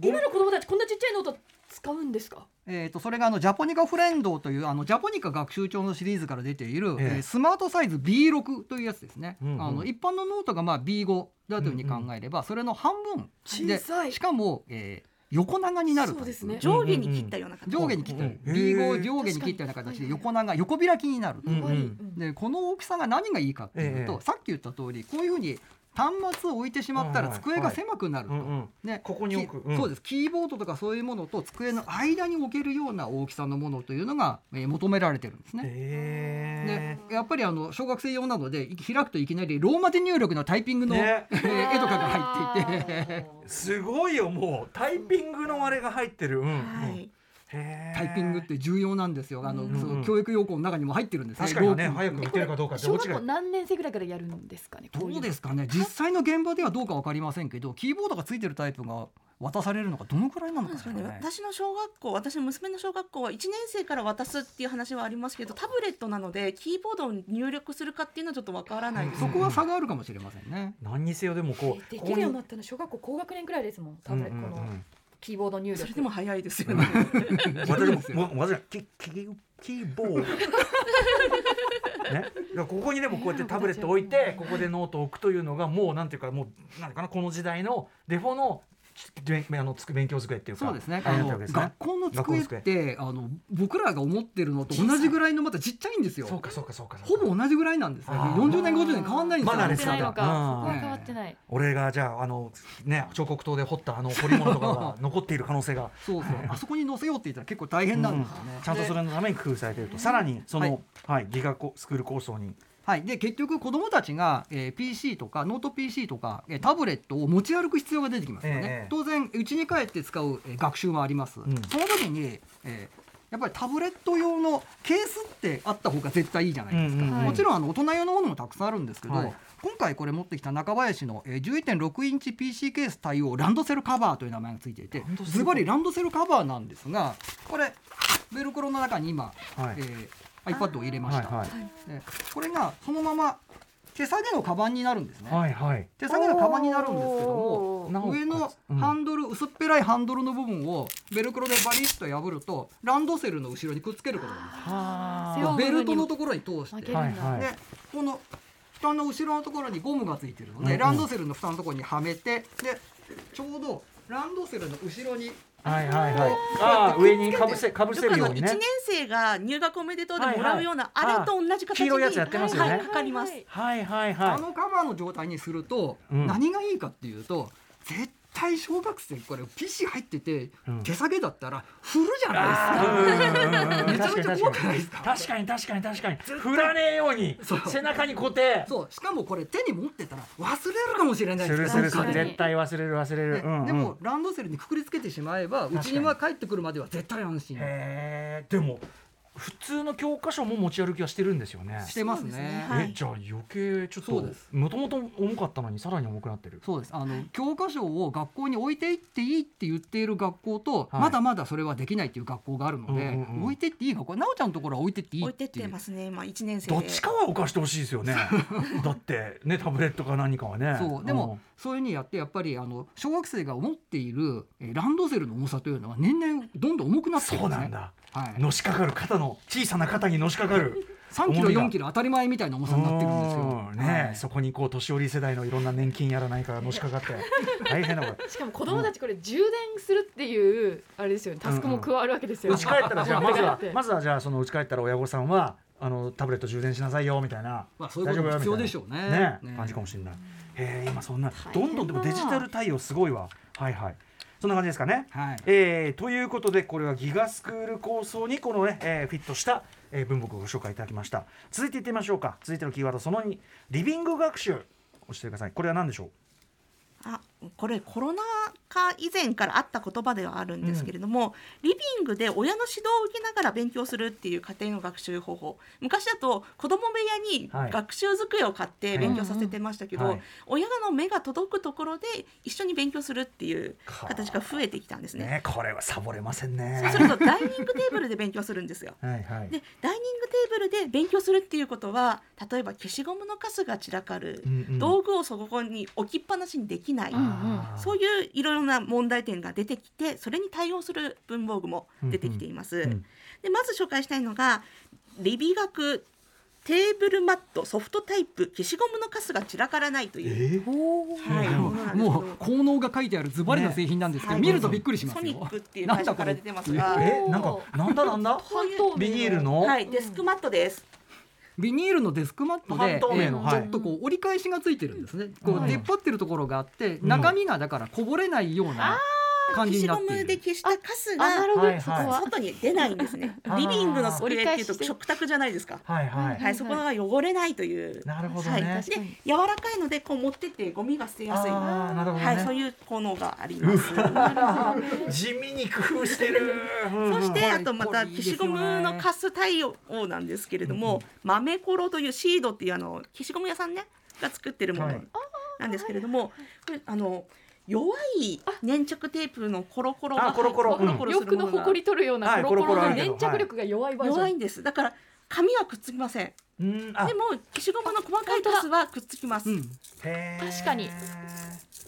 Speaker 6: 今の子供たちこんなちっちゃいノート使うんですか。
Speaker 5: えー、とそれがあのジャポニカフレンドというあのジャポニカ学習帳のシリーズから出ている、
Speaker 2: ええ
Speaker 5: えースマートサイズ B6 というやつですね、
Speaker 2: うんうん
Speaker 5: あの一般のノートがまあ B5 だというふうに考えれば、それの半分
Speaker 6: 小
Speaker 5: で
Speaker 6: さい
Speaker 5: しかも、えー横長になる
Speaker 6: そうですね
Speaker 4: 上下に切ったような感じ、
Speaker 5: 上下に切ったよう
Speaker 2: うん
Speaker 5: に
Speaker 2: へー
Speaker 5: B5 を上下に切ったような形で横長横開きになる
Speaker 2: うんうん
Speaker 6: はい
Speaker 5: でこの大きさが何がいいかっていう
Speaker 2: え
Speaker 5: と
Speaker 2: え
Speaker 5: さっき言った通りこういうふうに端末を置いてしまったら机が狭くなると、
Speaker 2: うんうん
Speaker 5: ね、
Speaker 2: ここに置く
Speaker 5: き
Speaker 2: うん
Speaker 5: そうですキーボードとかそういうものと机の間に置けるような大きさのものというのが、えー求められてるんですね。
Speaker 2: え
Speaker 5: ね、やっぱりあの小学生用なのでい開くといきなりローマ字入力のタイピングの、
Speaker 2: ね
Speaker 5: えー絵とかが入ってい <laughs> て
Speaker 2: ー、すごいよもうタイピングのあれが入ってる、うんうん
Speaker 4: はい、
Speaker 2: へー
Speaker 5: タイピングって重要なんですよあの、
Speaker 2: ん
Speaker 5: その教育要項の中にも入ってるんです
Speaker 2: 確かにね
Speaker 5: ローマ字
Speaker 2: 早く打てるかどうかって
Speaker 6: 小
Speaker 2: 落ち
Speaker 6: 学校
Speaker 2: が
Speaker 6: 何年生ぐらいからやるんですかね。こ
Speaker 5: ど
Speaker 6: いうの
Speaker 5: ですかね実際の現場ではどうかわかりませんけどキーボードがついてるタイプが渡されるのがどのくらいなのかしらね。
Speaker 4: 私の小学校私の娘の小学校は1年生から渡すっていう話はありますけどタブレットなのでキーボードを入力するかっていうのはちょっとわからないです
Speaker 5: そこは差があるかもしれませんね。
Speaker 2: 何にせよでもこう
Speaker 6: で
Speaker 2: ここ
Speaker 6: きる
Speaker 2: に
Speaker 6: ようになったの小学校高学年くらいですもん。多分
Speaker 2: うんうんう
Speaker 6: こ
Speaker 2: ん
Speaker 6: のキーボード入
Speaker 4: それ
Speaker 6: 力
Speaker 4: で。も早いですよね。 <laughs>
Speaker 2: 私もわ私はキキキーボー <laughs> ドね、だからここにでもこうやってタブレット置いてここでノートを置くというのがもうなんていうかもうなんかなこの時代のデフォの勉あのつく勉強机っていうか
Speaker 5: そうですね。
Speaker 2: あ
Speaker 5: あ
Speaker 2: れだったわ
Speaker 5: の
Speaker 2: けですね
Speaker 5: 学校の机
Speaker 2: 学校の
Speaker 5: ってあの僕らが思ってるのと同じぐらいのまたちっちゃいんですよ
Speaker 2: そ。うかそうかそうかそう
Speaker 5: ほ
Speaker 2: か
Speaker 5: ぼ同じぐらいなんですよ。
Speaker 2: あー
Speaker 5: 40年50年変わんないんですよ。
Speaker 2: まだ
Speaker 6: 変わ
Speaker 2: で
Speaker 6: っ
Speaker 2: す
Speaker 6: て
Speaker 2: か
Speaker 6: ないのか。そこ
Speaker 2: うん
Speaker 6: は変わってない。
Speaker 2: 俺がじゃああのね彫刻刀で彫ったあの彫り物とかが残っている可能性が、
Speaker 5: そうそう。あそこに載せようって言ったら結構大変なんですよね。
Speaker 2: ちゃんとそれのために工夫されているとさらにその、はいギガコスクール構想に
Speaker 5: はい、で結局子どもたちが、えー PC とかノート PC とか、えータブレットを持ち歩く必要が出てきますよね、
Speaker 2: ええ
Speaker 5: 当然家に帰って使う、えー学習もあります、
Speaker 2: ん
Speaker 5: その時に、えーやっぱりタブレット用のケースってあった方が絶対いいじゃないですか、
Speaker 2: うんうんうん
Speaker 5: もちろんあの大人用のものもたくさんあるんですけど、
Speaker 2: はい
Speaker 5: 今回これ持ってきた中林の、えー11.6インチ PC ケース対応ランドセルカバーという名前がついていて
Speaker 2: ランドセルカバー
Speaker 5: ズバリランドセルカバーなんですがこれベルクロの中に今、
Speaker 2: はい
Speaker 5: えー iPad を入れました、
Speaker 2: はい
Speaker 5: でこれがそのまま手提げのカバンになるんですね、
Speaker 2: はいはい
Speaker 5: 手提げのカバンになるんですけども
Speaker 2: なおかつ
Speaker 5: 上の
Speaker 2: うん
Speaker 5: ハンドル、薄っぺらいハンドルの部分をベルクロでバリッと破るとランドセルの後ろにくっつけることができ
Speaker 2: は
Speaker 6: 背
Speaker 5: ま
Speaker 6: 負う
Speaker 5: すベ
Speaker 6: 部
Speaker 5: ル
Speaker 6: 分
Speaker 5: ト
Speaker 6: に
Speaker 5: の
Speaker 6: も
Speaker 5: ところに通し
Speaker 6: 負け
Speaker 5: てで
Speaker 6: る
Speaker 2: あは
Speaker 6: ん
Speaker 2: い
Speaker 6: だ。
Speaker 2: はい
Speaker 5: この蓋の後ろのところにゴムがついてるので、
Speaker 2: うんうん
Speaker 5: ランドセルの蓋のところにはめてでちょうどランドセルの後ろに
Speaker 2: はいはいはい。ああ上にかぶせかぶせ
Speaker 4: よくあ
Speaker 2: るよ
Speaker 4: の
Speaker 2: うに
Speaker 4: 1
Speaker 2: ね
Speaker 4: 年。生が入学おめでとうでもらうような
Speaker 2: はい
Speaker 4: あ
Speaker 2: はい
Speaker 4: れと同じ形
Speaker 2: 黄
Speaker 4: に
Speaker 2: 色いやつやってますよね
Speaker 4: はいかかります。
Speaker 2: はいはい
Speaker 5: あ
Speaker 2: は
Speaker 5: のカバーの状態にすると、
Speaker 2: うん
Speaker 5: 何がいいかっていうと絶対小学生これ PC 入ってて、
Speaker 2: うん
Speaker 5: 手提げだったら振るじゃない
Speaker 2: い。
Speaker 5: めちゃめちゃ怖くないですか
Speaker 2: 確かに確かに確かに振らねえように
Speaker 5: そう
Speaker 2: 背中に固定
Speaker 5: ですかそうしかもこれ手に持ってたら忘れるかもしれない
Speaker 2: す
Speaker 5: です
Speaker 2: る
Speaker 5: よ
Speaker 2: するす
Speaker 5: なん
Speaker 2: る
Speaker 5: かね
Speaker 2: 絶対忘れる忘れる、うんうん
Speaker 5: でもランドセルにくくりつけてしまえばう
Speaker 2: かに
Speaker 5: ちには帰ってくるまでは絶対安心
Speaker 2: へえでも普通の教科書も持ち歩きはしてるんですよね
Speaker 5: してます
Speaker 4: そうですね
Speaker 5: ね
Speaker 4: はい
Speaker 2: えじゃあ余計ちょっ
Speaker 5: そ
Speaker 2: と
Speaker 5: うです
Speaker 2: もともと重かったのにさらに重くなってる
Speaker 5: そうですあの教科書を学校に置いていっていいって言っている学校と、
Speaker 2: はい
Speaker 5: まだまだそれはできないっていう学校があるので、
Speaker 2: うんうんうん
Speaker 5: 置いていっていい学校なおちゃんのところは置いてっていい
Speaker 4: 置
Speaker 5: っ
Speaker 4: いて
Speaker 5: て
Speaker 4: っ
Speaker 5: い
Speaker 4: て
Speaker 5: う
Speaker 4: ますね。まあ1年生で。
Speaker 2: どっちかは犯してほしいですよねだってねタブレットか何かはね
Speaker 5: そうでも、そういうふうにやってやっぱりあの小学生が思っているえーランドセルの重さというのは年々どんどん重く
Speaker 2: う
Speaker 5: なんって
Speaker 2: そ
Speaker 5: いく
Speaker 2: うん
Speaker 5: です
Speaker 2: な
Speaker 5: ね
Speaker 2: ん。だ
Speaker 5: はい、
Speaker 2: のしかかる肩の小さな肩にのしかかる
Speaker 5: 3キロ
Speaker 2: 重みが
Speaker 5: 4キロ当たり前みたいな重さになってるんですよ
Speaker 2: う。んね
Speaker 5: はい
Speaker 2: そこにこう年寄り世代のいろんな年金やらないからのしか
Speaker 5: <laughs>
Speaker 2: かって大変なこ
Speaker 6: しかも子供たちこれ充電するっていうあれですよね。タスクも加わるわけです
Speaker 2: と
Speaker 6: よ。
Speaker 2: うち帰ったらじゃあまずはま
Speaker 6: ず
Speaker 2: ずはじゃあそのうち帰ったら親御さんはあのタブレット充電しなさいよみたいな、
Speaker 5: まあそういうことも必要でしょうね
Speaker 2: 大丈夫よみたいなね
Speaker 5: ね
Speaker 2: 感じかもしれないへえ今そんなどんどんでもデジタル対応すごいわはいはいそんな感じですかね
Speaker 5: はい
Speaker 2: えーということでこれはギガスクール構想にこのね、えーフィットした、えー文木をご紹介いただきました続いていってみましょうか続いてのキーワードその2リビング学習教えてくださいこれは何でしょう
Speaker 4: あこれコロナ禍以前からあった言葉ではあるんですけれども、リビングで親の指導を受けながら勉強するっていう家庭の学習方法昔だと子供部屋に
Speaker 2: はい
Speaker 4: 学習机を買って勉強させてましたけど、
Speaker 2: はい
Speaker 4: 親の目が届くところで一緒に勉強するっていう形が増えてきたんですね。
Speaker 2: ね、これはサボれませんね。
Speaker 4: そうするとダイニングテーブルで勉強するんですよ。
Speaker 2: はいはい。
Speaker 4: でダイニングテーブルで勉強するっていうことは例えば消しゴムのカスが散らかる、
Speaker 2: うんうん
Speaker 4: 道具をそこに置きっぱなしにできない、
Speaker 2: あー
Speaker 4: そういういろいろな問題点が出てきてそれに対応する文房具も出てきています。
Speaker 2: うんうん
Speaker 4: でまず紹介したいのがリビ学テーブルマットソフトタイプ消しゴムのカスが散らからないという。
Speaker 2: え
Speaker 4: はいそうなん
Speaker 5: もう
Speaker 4: ですけど
Speaker 5: もう効能が書いてあるズバリの製品なんですけど、
Speaker 4: ね
Speaker 5: 見るとびっくりします
Speaker 4: ソ
Speaker 5: よ。
Speaker 4: ニックっていう会社から出てますが、
Speaker 2: え、なんか、なんだなんだ。
Speaker 4: こうい
Speaker 6: 半
Speaker 4: う
Speaker 6: 透明の
Speaker 2: ビニールの。
Speaker 4: はい、デスクマットです。
Speaker 5: ビニールのデスクマットで
Speaker 2: 半透明
Speaker 5: え
Speaker 2: の
Speaker 5: ー
Speaker 2: はい
Speaker 5: ちょっとこう折り返しがついてるんですね、こう
Speaker 2: はい
Speaker 5: 出っ張ってるところがあって、
Speaker 2: うん
Speaker 5: 中身がだからこぼれないような感
Speaker 4: 消
Speaker 5: じに
Speaker 4: し
Speaker 5: なっ
Speaker 4: ゴ
Speaker 5: てい
Speaker 4: ム
Speaker 5: る
Speaker 4: で消したカス
Speaker 6: アナ
Speaker 4: が
Speaker 6: ログ、
Speaker 2: はいはい
Speaker 6: そこは
Speaker 4: 外に出ないんですね
Speaker 2: あー
Speaker 4: リビングの机って
Speaker 6: 折り返
Speaker 4: いう
Speaker 6: しして
Speaker 4: と食卓じゃないですか
Speaker 2: はいはい、
Speaker 6: い
Speaker 4: はい、そこが汚れないという。
Speaker 2: なるほどね、
Speaker 4: はい、で柔らかいのでこう持ってってゴミが捨てやすい。は
Speaker 2: あーなるほどね、
Speaker 4: い、そういう効能があり
Speaker 2: <laughs>
Speaker 4: ます。
Speaker 2: 地味に工夫してる
Speaker 4: そし
Speaker 5: うん
Speaker 4: て
Speaker 5: うん
Speaker 4: あとまた
Speaker 5: これいい
Speaker 4: 消
Speaker 5: ですよ
Speaker 4: しゴ
Speaker 5: ね
Speaker 4: ムのカス対応なんですけれども、豆ころというシードっていうあの消しゴム屋さんねが作ってるも
Speaker 2: は
Speaker 4: の
Speaker 2: い
Speaker 4: なんですけれども、これあの弱い粘着テープのコロコロが
Speaker 2: あコロコロうん
Speaker 6: 洋服の
Speaker 4: も
Speaker 6: ほ
Speaker 4: の
Speaker 6: こ
Speaker 4: が
Speaker 6: り取るよう
Speaker 2: はい
Speaker 6: なコロ
Speaker 2: コロ
Speaker 6: コロ
Speaker 2: コロあ
Speaker 6: の
Speaker 2: るけど
Speaker 6: 粘着力が弱いバージョン
Speaker 4: 弱いんです。だから紙はくっつきません。
Speaker 2: うんあ
Speaker 4: でも消しゴムの細かいカスはくっつきます。
Speaker 5: うん
Speaker 2: へー
Speaker 6: 確かに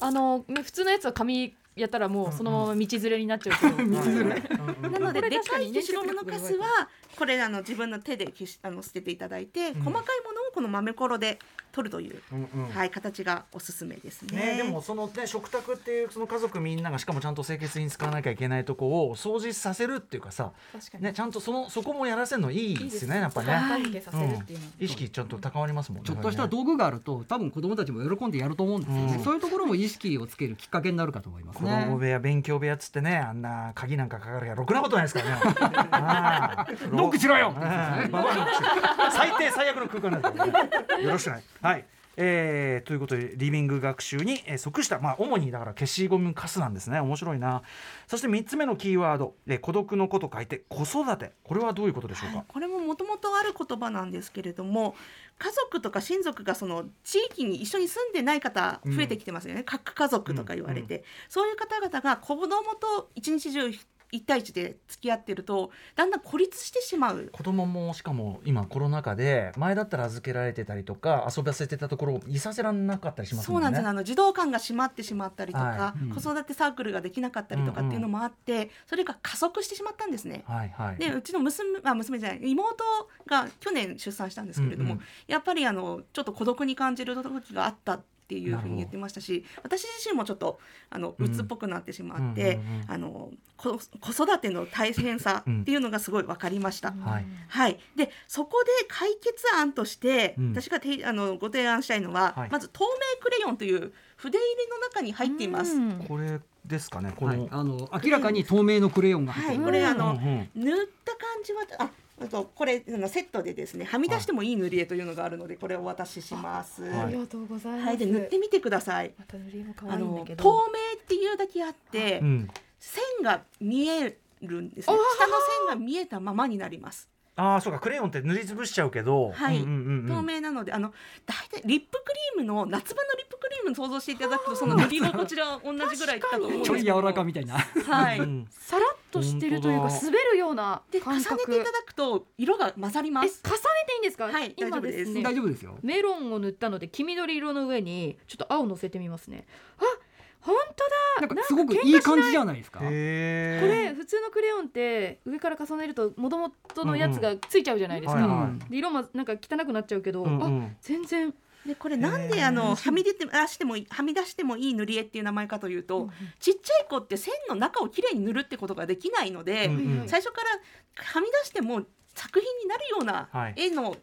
Speaker 6: あのね普通のやつは紙やったらもうそのまま道連れになっちゃう
Speaker 2: <laughs>
Speaker 6: けど、
Speaker 2: 道連れ
Speaker 4: なので、
Speaker 6: これ
Speaker 4: で
Speaker 6: 確か
Speaker 4: か
Speaker 6: に
Speaker 4: い
Speaker 6: ね
Speaker 4: 消しゴムのカスは、これあの自分の手で消し、あの捨てていただいて、
Speaker 2: ん
Speaker 4: 細かいものをこの豆ころで取るという。
Speaker 2: うんうん
Speaker 4: はい、形がおすすめです
Speaker 2: ね、
Speaker 4: ね。
Speaker 2: でもその、ね、食卓っていうその家族みんながしかもちゃんと清潔に使わなきゃいけないとこを掃除させるっていうかさ、
Speaker 6: 確かに
Speaker 2: ね、ちゃんとそのそこもやらせるのいいですねやっぱ
Speaker 6: 簡
Speaker 2: ね
Speaker 6: 単に消させるっていうのは、
Speaker 2: 意識ちゃんと高まりますもんね
Speaker 5: ちょっとした
Speaker 2: こ
Speaker 5: 道具があると多分子どもたちも喜んでやると思うんですよね、
Speaker 2: うん
Speaker 5: そういうところも意識をつけるきっかけになるかと思います
Speaker 2: れね子供
Speaker 5: ね。
Speaker 2: 部屋勉強部屋っつってねあんな鍵なんかかかるからろくなことないです <laughs> からね
Speaker 5: ノックしろよ
Speaker 2: うんババアノックしろ最低最悪の空間なんだからねよろしくないはいえーということでリビング学習にえー即した、まあ、主にだから消しゴムカスなんですね面白いなそして3つ目のキーワード「えー孤独の子」と書いて「子育て」これはどういうことでしょうか、
Speaker 4: はいこれももともとある言葉なんですけれども家族とか親族がその地域に一緒に住んでない方増えてきてますよね、核家族とか言われて、そういう方々が子供と一日中一対一で付き合ってるとだんだん孤立してしまう
Speaker 2: 子供もしかも今コロナ禍で前だったら預けられてたりとか遊ばせてたところをいさせられなかったりします
Speaker 4: そ
Speaker 2: も
Speaker 4: う
Speaker 2: ね。
Speaker 4: んなんですよあの児童館が閉まってしまったりとか、
Speaker 2: はい
Speaker 5: うん
Speaker 4: 子育てサークルができなかったりとかっていうのもあって、それが加速してしまったんですね。
Speaker 2: はいはい。
Speaker 4: でうちの娘あ娘じゃない妹が去年出産したんですけれど
Speaker 2: う
Speaker 4: も、
Speaker 2: んうん
Speaker 4: やっぱりあのちょっと孤独に感じる時があったっていうふうに言ってましたし私自身もちょっとあの
Speaker 2: うん
Speaker 4: 鬱っぽくなってしまって、
Speaker 2: うんうんうん
Speaker 4: あのこ子育ての大変さっていうのがすごい分かりました。
Speaker 2: はい。
Speaker 4: はい、でそこで解決案として、
Speaker 2: うん
Speaker 4: 私がてあのご提案したいのは、
Speaker 2: はい
Speaker 4: まず透明クレヨンという筆入れの中に入っています。
Speaker 6: うん
Speaker 2: これですかね。この、
Speaker 5: はい、あの明らかに透明のクレヨンが入っ
Speaker 4: は
Speaker 5: て
Speaker 4: い、
Speaker 5: る、
Speaker 4: これあの、
Speaker 2: うんうん
Speaker 4: 塗った感じはああとこれあのセットでですねはみ出してもいい塗り絵というのがあるのでこれをお渡しします。
Speaker 2: い
Speaker 6: あ
Speaker 4: は
Speaker 6: りがとうござい
Speaker 4: い、
Speaker 6: ます、
Speaker 4: で塗ってみてください。
Speaker 6: また塗りも可
Speaker 4: あ
Speaker 6: 愛いん
Speaker 4: の
Speaker 6: だけ
Speaker 4: 透
Speaker 6: ど
Speaker 4: 明っていうだけあって、
Speaker 2: うん。
Speaker 4: 線が見えるんですね。下の線が見えたままになります。
Speaker 2: ああそうかクレヨンって塗りつぶしちゃうけど。
Speaker 4: はい
Speaker 2: うんうんうん、。
Speaker 4: 透明なのであの大体リップクリームの夏場のリップクリーム想像していただくとその塗り心地が同じぐらいだと思うんです
Speaker 5: ち
Speaker 4: け
Speaker 5: ょ
Speaker 4: ど
Speaker 5: い柔らかみたいな。
Speaker 4: はいう
Speaker 2: ん
Speaker 6: さらっとしてるというか
Speaker 2: 本当
Speaker 6: 滑るような
Speaker 4: で重
Speaker 6: 感
Speaker 4: ね
Speaker 6: 覚
Speaker 4: ていただくと色が混ざりま
Speaker 6: え重ね
Speaker 4: す。
Speaker 6: ていいんですか、
Speaker 4: はい
Speaker 6: 今
Speaker 4: 大丈夫です
Speaker 6: ですね
Speaker 5: <laughs> 大丈夫ですよ。
Speaker 6: メロンを塗ったので黄緑色の上にちょっと青乗せてみますねあ本当だ
Speaker 5: なんかすごくいい感じじゃないですか。
Speaker 2: へ
Speaker 6: こ
Speaker 2: ー
Speaker 6: れ普通のクレヨンって上から重ねるともともとのやつがついちゃうじゃないですか、
Speaker 2: うんうん
Speaker 5: は
Speaker 2: はいい
Speaker 5: は
Speaker 2: はいい
Speaker 6: で色もなんか汚くなっちゃうけど、
Speaker 2: うんう
Speaker 6: あ
Speaker 2: ん。
Speaker 6: 全然
Speaker 4: でこれなんであのはみ出てあしてもいいはみ出してもいい塗り絵っていう名前かというと、ちっちゃい子って線の中をきれいに塗るってことができないので、
Speaker 2: うんうん
Speaker 4: 最初からはみ出しても作品になるような
Speaker 2: はい
Speaker 4: 絵の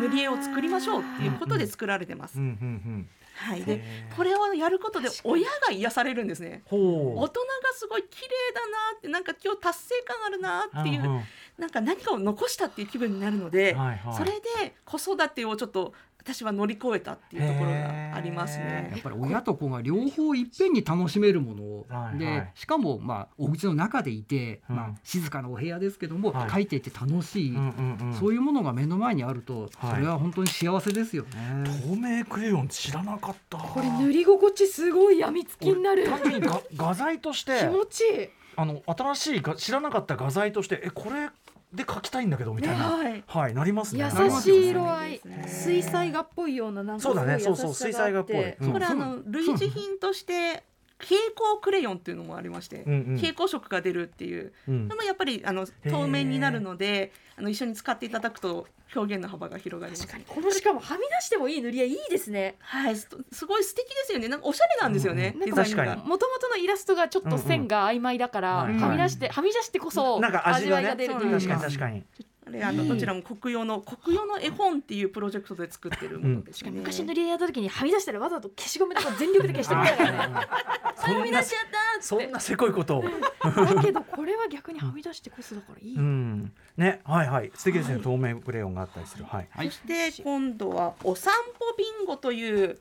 Speaker 4: 塗
Speaker 6: 塗
Speaker 4: り絵を作りましょうっていうことで作られてま
Speaker 2: う
Speaker 4: す。
Speaker 2: んうん
Speaker 4: はい、
Speaker 2: うん。
Speaker 4: で
Speaker 2: へー
Speaker 4: これをやることで親が癒されるんですね。
Speaker 2: ほ
Speaker 4: 大人がすごい綺麗だなってなんか今日達成感ある
Speaker 2: う
Speaker 4: なってい
Speaker 2: ん
Speaker 4: うなんか何かを残したっていう気分になるので、
Speaker 2: んはいはい。
Speaker 4: それで子育てをちょっと私は乗り越えたっていうところがあります
Speaker 5: やっ
Speaker 4: ね。
Speaker 5: ぱり親と子が両方いっぺんに楽しめるものを、
Speaker 2: はい
Speaker 5: で、
Speaker 2: はい
Speaker 5: しかもまあお家の中でいて、
Speaker 2: うん
Speaker 5: まあ静かなお部屋ですけども、
Speaker 2: はい
Speaker 5: 書いていて楽しい、
Speaker 2: うんうんうん。
Speaker 5: そういうものが目の前にあると、
Speaker 2: はい
Speaker 5: それは本当に幸せですよね。
Speaker 2: 透明クレヨン知らなかった。
Speaker 6: これ塗り心地すごいやみつきになる
Speaker 2: 単純にが画材として
Speaker 6: 気持ちいいね
Speaker 2: あの新しいが知らなかった画材としてえこれで描きたいんだけどみたいな、
Speaker 4: はい
Speaker 2: はいなりますね
Speaker 6: 優しい色合い
Speaker 4: なりますね
Speaker 6: 水彩画っぽいようななんか
Speaker 2: そうだね
Speaker 6: すごい優しさ
Speaker 2: そうそう水
Speaker 6: があ
Speaker 2: 彩画っぽい
Speaker 6: て
Speaker 2: うん
Speaker 4: これあ
Speaker 5: そうな
Speaker 4: の類似品として蛍光クレヨンっていうのもありまして、
Speaker 2: うんうん
Speaker 4: 蛍光色が出るっていう、
Speaker 2: うん
Speaker 4: でもやっぱりあの透明になるので、あの一緒に使っていただくと表現の幅が広がります。
Speaker 6: 確かにこのしかもはみ出してもいい塗り絵いいですね
Speaker 4: はい、すすごい素敵ですよね。なんかおしゃれなんですよね。
Speaker 6: なん
Speaker 4: デ
Speaker 6: か
Speaker 4: ザイン
Speaker 2: 確
Speaker 4: が
Speaker 2: か。
Speaker 6: もともとのイラストがちょっと線が曖昧だから、
Speaker 2: うんうん
Speaker 6: はみ出してはみ出してこそ
Speaker 2: なんか味が
Speaker 6: わい
Speaker 2: ね
Speaker 6: が出るという
Speaker 2: 確かに確かに
Speaker 4: あれあのどちらも国用の国用の絵本っていうプロジェクトで作ってるものですね。
Speaker 8: 昔塗り絵やった時にはみ出したらわざと消しゴムとか全力で消してみたいなね
Speaker 2: そ
Speaker 8: はみ
Speaker 2: ん
Speaker 8: 出
Speaker 2: な
Speaker 8: しちゃ
Speaker 2: そんなせこいことを。
Speaker 8: った <laughs> だけどこれは逆にはみ出してこそだからいい、
Speaker 2: うん。ね、はいはい。素敵ですね。透明クレヨンがあったりする。はい。
Speaker 5: はい、
Speaker 4: で今度はお散歩ビンゴという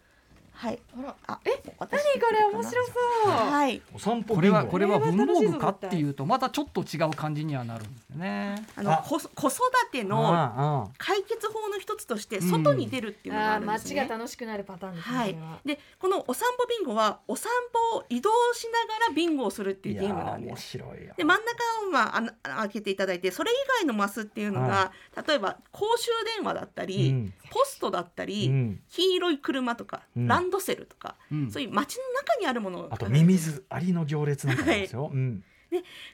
Speaker 4: はい
Speaker 6: あら
Speaker 4: あえ
Speaker 6: 何
Speaker 4: 私
Speaker 6: これ面白そう
Speaker 4: はい
Speaker 2: お散歩
Speaker 5: これは
Speaker 2: ビンゴ
Speaker 5: これは
Speaker 6: これは
Speaker 5: 文
Speaker 6: 楽
Speaker 5: 房
Speaker 6: しいぞ
Speaker 5: 具かっていうとまたちょっと違う感じにはなるんですよね。
Speaker 4: あの
Speaker 2: あ
Speaker 4: こ子育ての
Speaker 2: あ
Speaker 4: 解決法の一つとして外に出るっていうのがあるんですね。
Speaker 8: 楽しくなるパターン
Speaker 4: はい、でこのお散歩ビンゴはお散歩を移動しながらビンゴをするって
Speaker 2: あ。い
Speaker 4: い
Speaker 2: や
Speaker 4: うゲームなん
Speaker 2: 面
Speaker 4: です。
Speaker 2: 白いよ。
Speaker 4: で真ん中を、まああの、あ開けていただいてそれ以外のマスっていうのが、
Speaker 2: は
Speaker 4: 例えば公衆電話だったり、
Speaker 2: うん
Speaker 4: ポストだったり、
Speaker 2: うん
Speaker 4: 黄色い車とか、
Speaker 2: うん
Speaker 4: ランドセルとか、
Speaker 5: うん
Speaker 4: そういう街の中にあるもの
Speaker 2: あとミミズアリの行列なんかもありますよ。うん。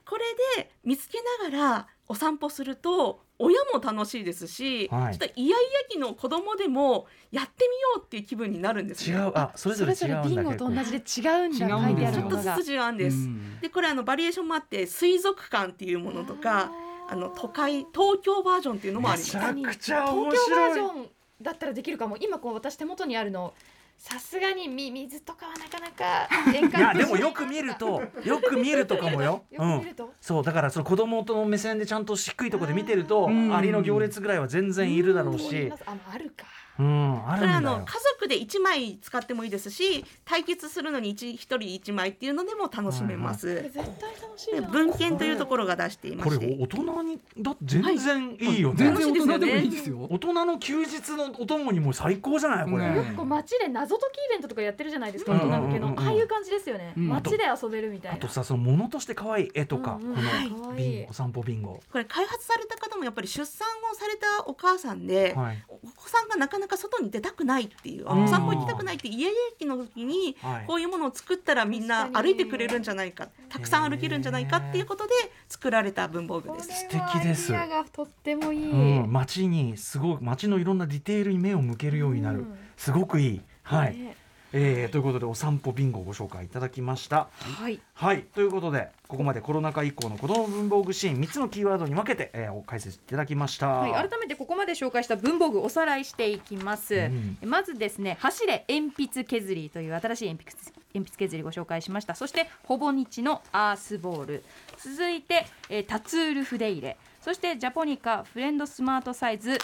Speaker 4: これで見つけながらお散歩すると親も楽しいですし、
Speaker 2: はい
Speaker 4: ちょっとイヤイヤ期の子供でもやってみようっていう気分になるんです
Speaker 2: 違
Speaker 4: ね。
Speaker 2: う。あ、それ
Speaker 8: そ
Speaker 2: ぞ
Speaker 8: れ
Speaker 2: れ
Speaker 8: ぞ
Speaker 2: 違
Speaker 8: れ
Speaker 2: うん
Speaker 8: ビン
Speaker 2: だ
Speaker 8: ゴ
Speaker 2: け
Speaker 8: と
Speaker 2: ど。
Speaker 8: 同じで違うんだ
Speaker 5: 違
Speaker 8: 書
Speaker 5: う
Speaker 8: い
Speaker 5: んですよ
Speaker 8: てある
Speaker 4: ちょっ
Speaker 8: も
Speaker 4: と
Speaker 8: の
Speaker 4: ず
Speaker 8: が
Speaker 4: つ違うんです。
Speaker 5: うん
Speaker 4: でこれあのバリエーションもあって水族館っていうものとかあの都会東京バージョンっていうのもあ
Speaker 2: め
Speaker 4: ります
Speaker 2: ち。ゃくちゃ面
Speaker 6: 東京バ
Speaker 2: 白
Speaker 6: ージ
Speaker 2: い。
Speaker 6: ョンだったらできるかも今こう私手元にあるのさすがにみ水とかはなかなか遠
Speaker 2: いやでもよく見るとよく見るとかもよ。う
Speaker 6: よく見
Speaker 2: ん。
Speaker 6: ると、
Speaker 2: そうだからその子供との目線でちゃんと低いところで見てると
Speaker 5: うん
Speaker 2: アリの行列ぐらいは全然いるだろう
Speaker 6: 通り
Speaker 2: し
Speaker 6: ますあまああるか
Speaker 2: うんあ
Speaker 4: これ
Speaker 2: る
Speaker 4: あ
Speaker 2: んだ
Speaker 4: の
Speaker 2: よ
Speaker 4: 家族で1枚使ってもいいですし対決するのに 1, 人1枚っていうのでも楽しめます。
Speaker 6: これ絶対楽しい
Speaker 4: で
Speaker 6: な
Speaker 4: 文献というところが出していま
Speaker 2: これ
Speaker 4: して
Speaker 2: 大人にだって全然いいよね
Speaker 5: 全然大人でもいいですよ。
Speaker 2: 大人の休日のお供にも最高じゃないこれ、
Speaker 5: ね
Speaker 6: こう街で謎解きイベントとかやってるじゃないですか
Speaker 2: うん
Speaker 6: 大人向け
Speaker 2: うん
Speaker 6: の
Speaker 2: うんうんうん
Speaker 6: ああいう感じですよね
Speaker 5: うん
Speaker 6: 街で遊べるみた
Speaker 2: あ
Speaker 6: い
Speaker 2: と
Speaker 6: な
Speaker 2: さその物として可愛い絵とか、
Speaker 6: うんうん
Speaker 2: こ
Speaker 6: は
Speaker 2: のビ
Speaker 6: い
Speaker 2: ン
Speaker 6: 可愛い
Speaker 2: お散歩ビンゴ、
Speaker 4: これ開発された方もやっぱり出産をされたお母さんで、
Speaker 2: はい
Speaker 4: お子さんがなかなか外に出たくないっていう
Speaker 2: あ
Speaker 4: お
Speaker 2: ー
Speaker 4: 散歩行きたくないって家々の時に
Speaker 2: はい
Speaker 4: こういうものを作ったらみんな
Speaker 6: 確かに
Speaker 4: 歩いてくれるんじゃないかたくさん歩けるんじゃないかっていうことで作られた文房具です。
Speaker 2: 素敵です
Speaker 6: これはアイデアがとってもいい、
Speaker 2: うん、街にすごい街のいろんなディテールに目を向けるようになる、
Speaker 6: うん
Speaker 2: すごくいい。はい、
Speaker 6: ね
Speaker 2: えーということでお散歩ビンゴをご紹介いただきました。
Speaker 1: はい。
Speaker 2: はいということでここまでコロナ禍以降の子ども文房具シーン3つのキーワードに分けて、えーお解説いただきました。
Speaker 3: はい、改めてここまで紹介した文房具おさらいしていきます、
Speaker 2: うん
Speaker 3: まずですね走れ鉛筆削りという新しい鉛筆鉛筆削りご紹介しましたそしてほぼ日のアースボール続いて、えータツール筆入れそしてジャポニカフレンドスマートサイズ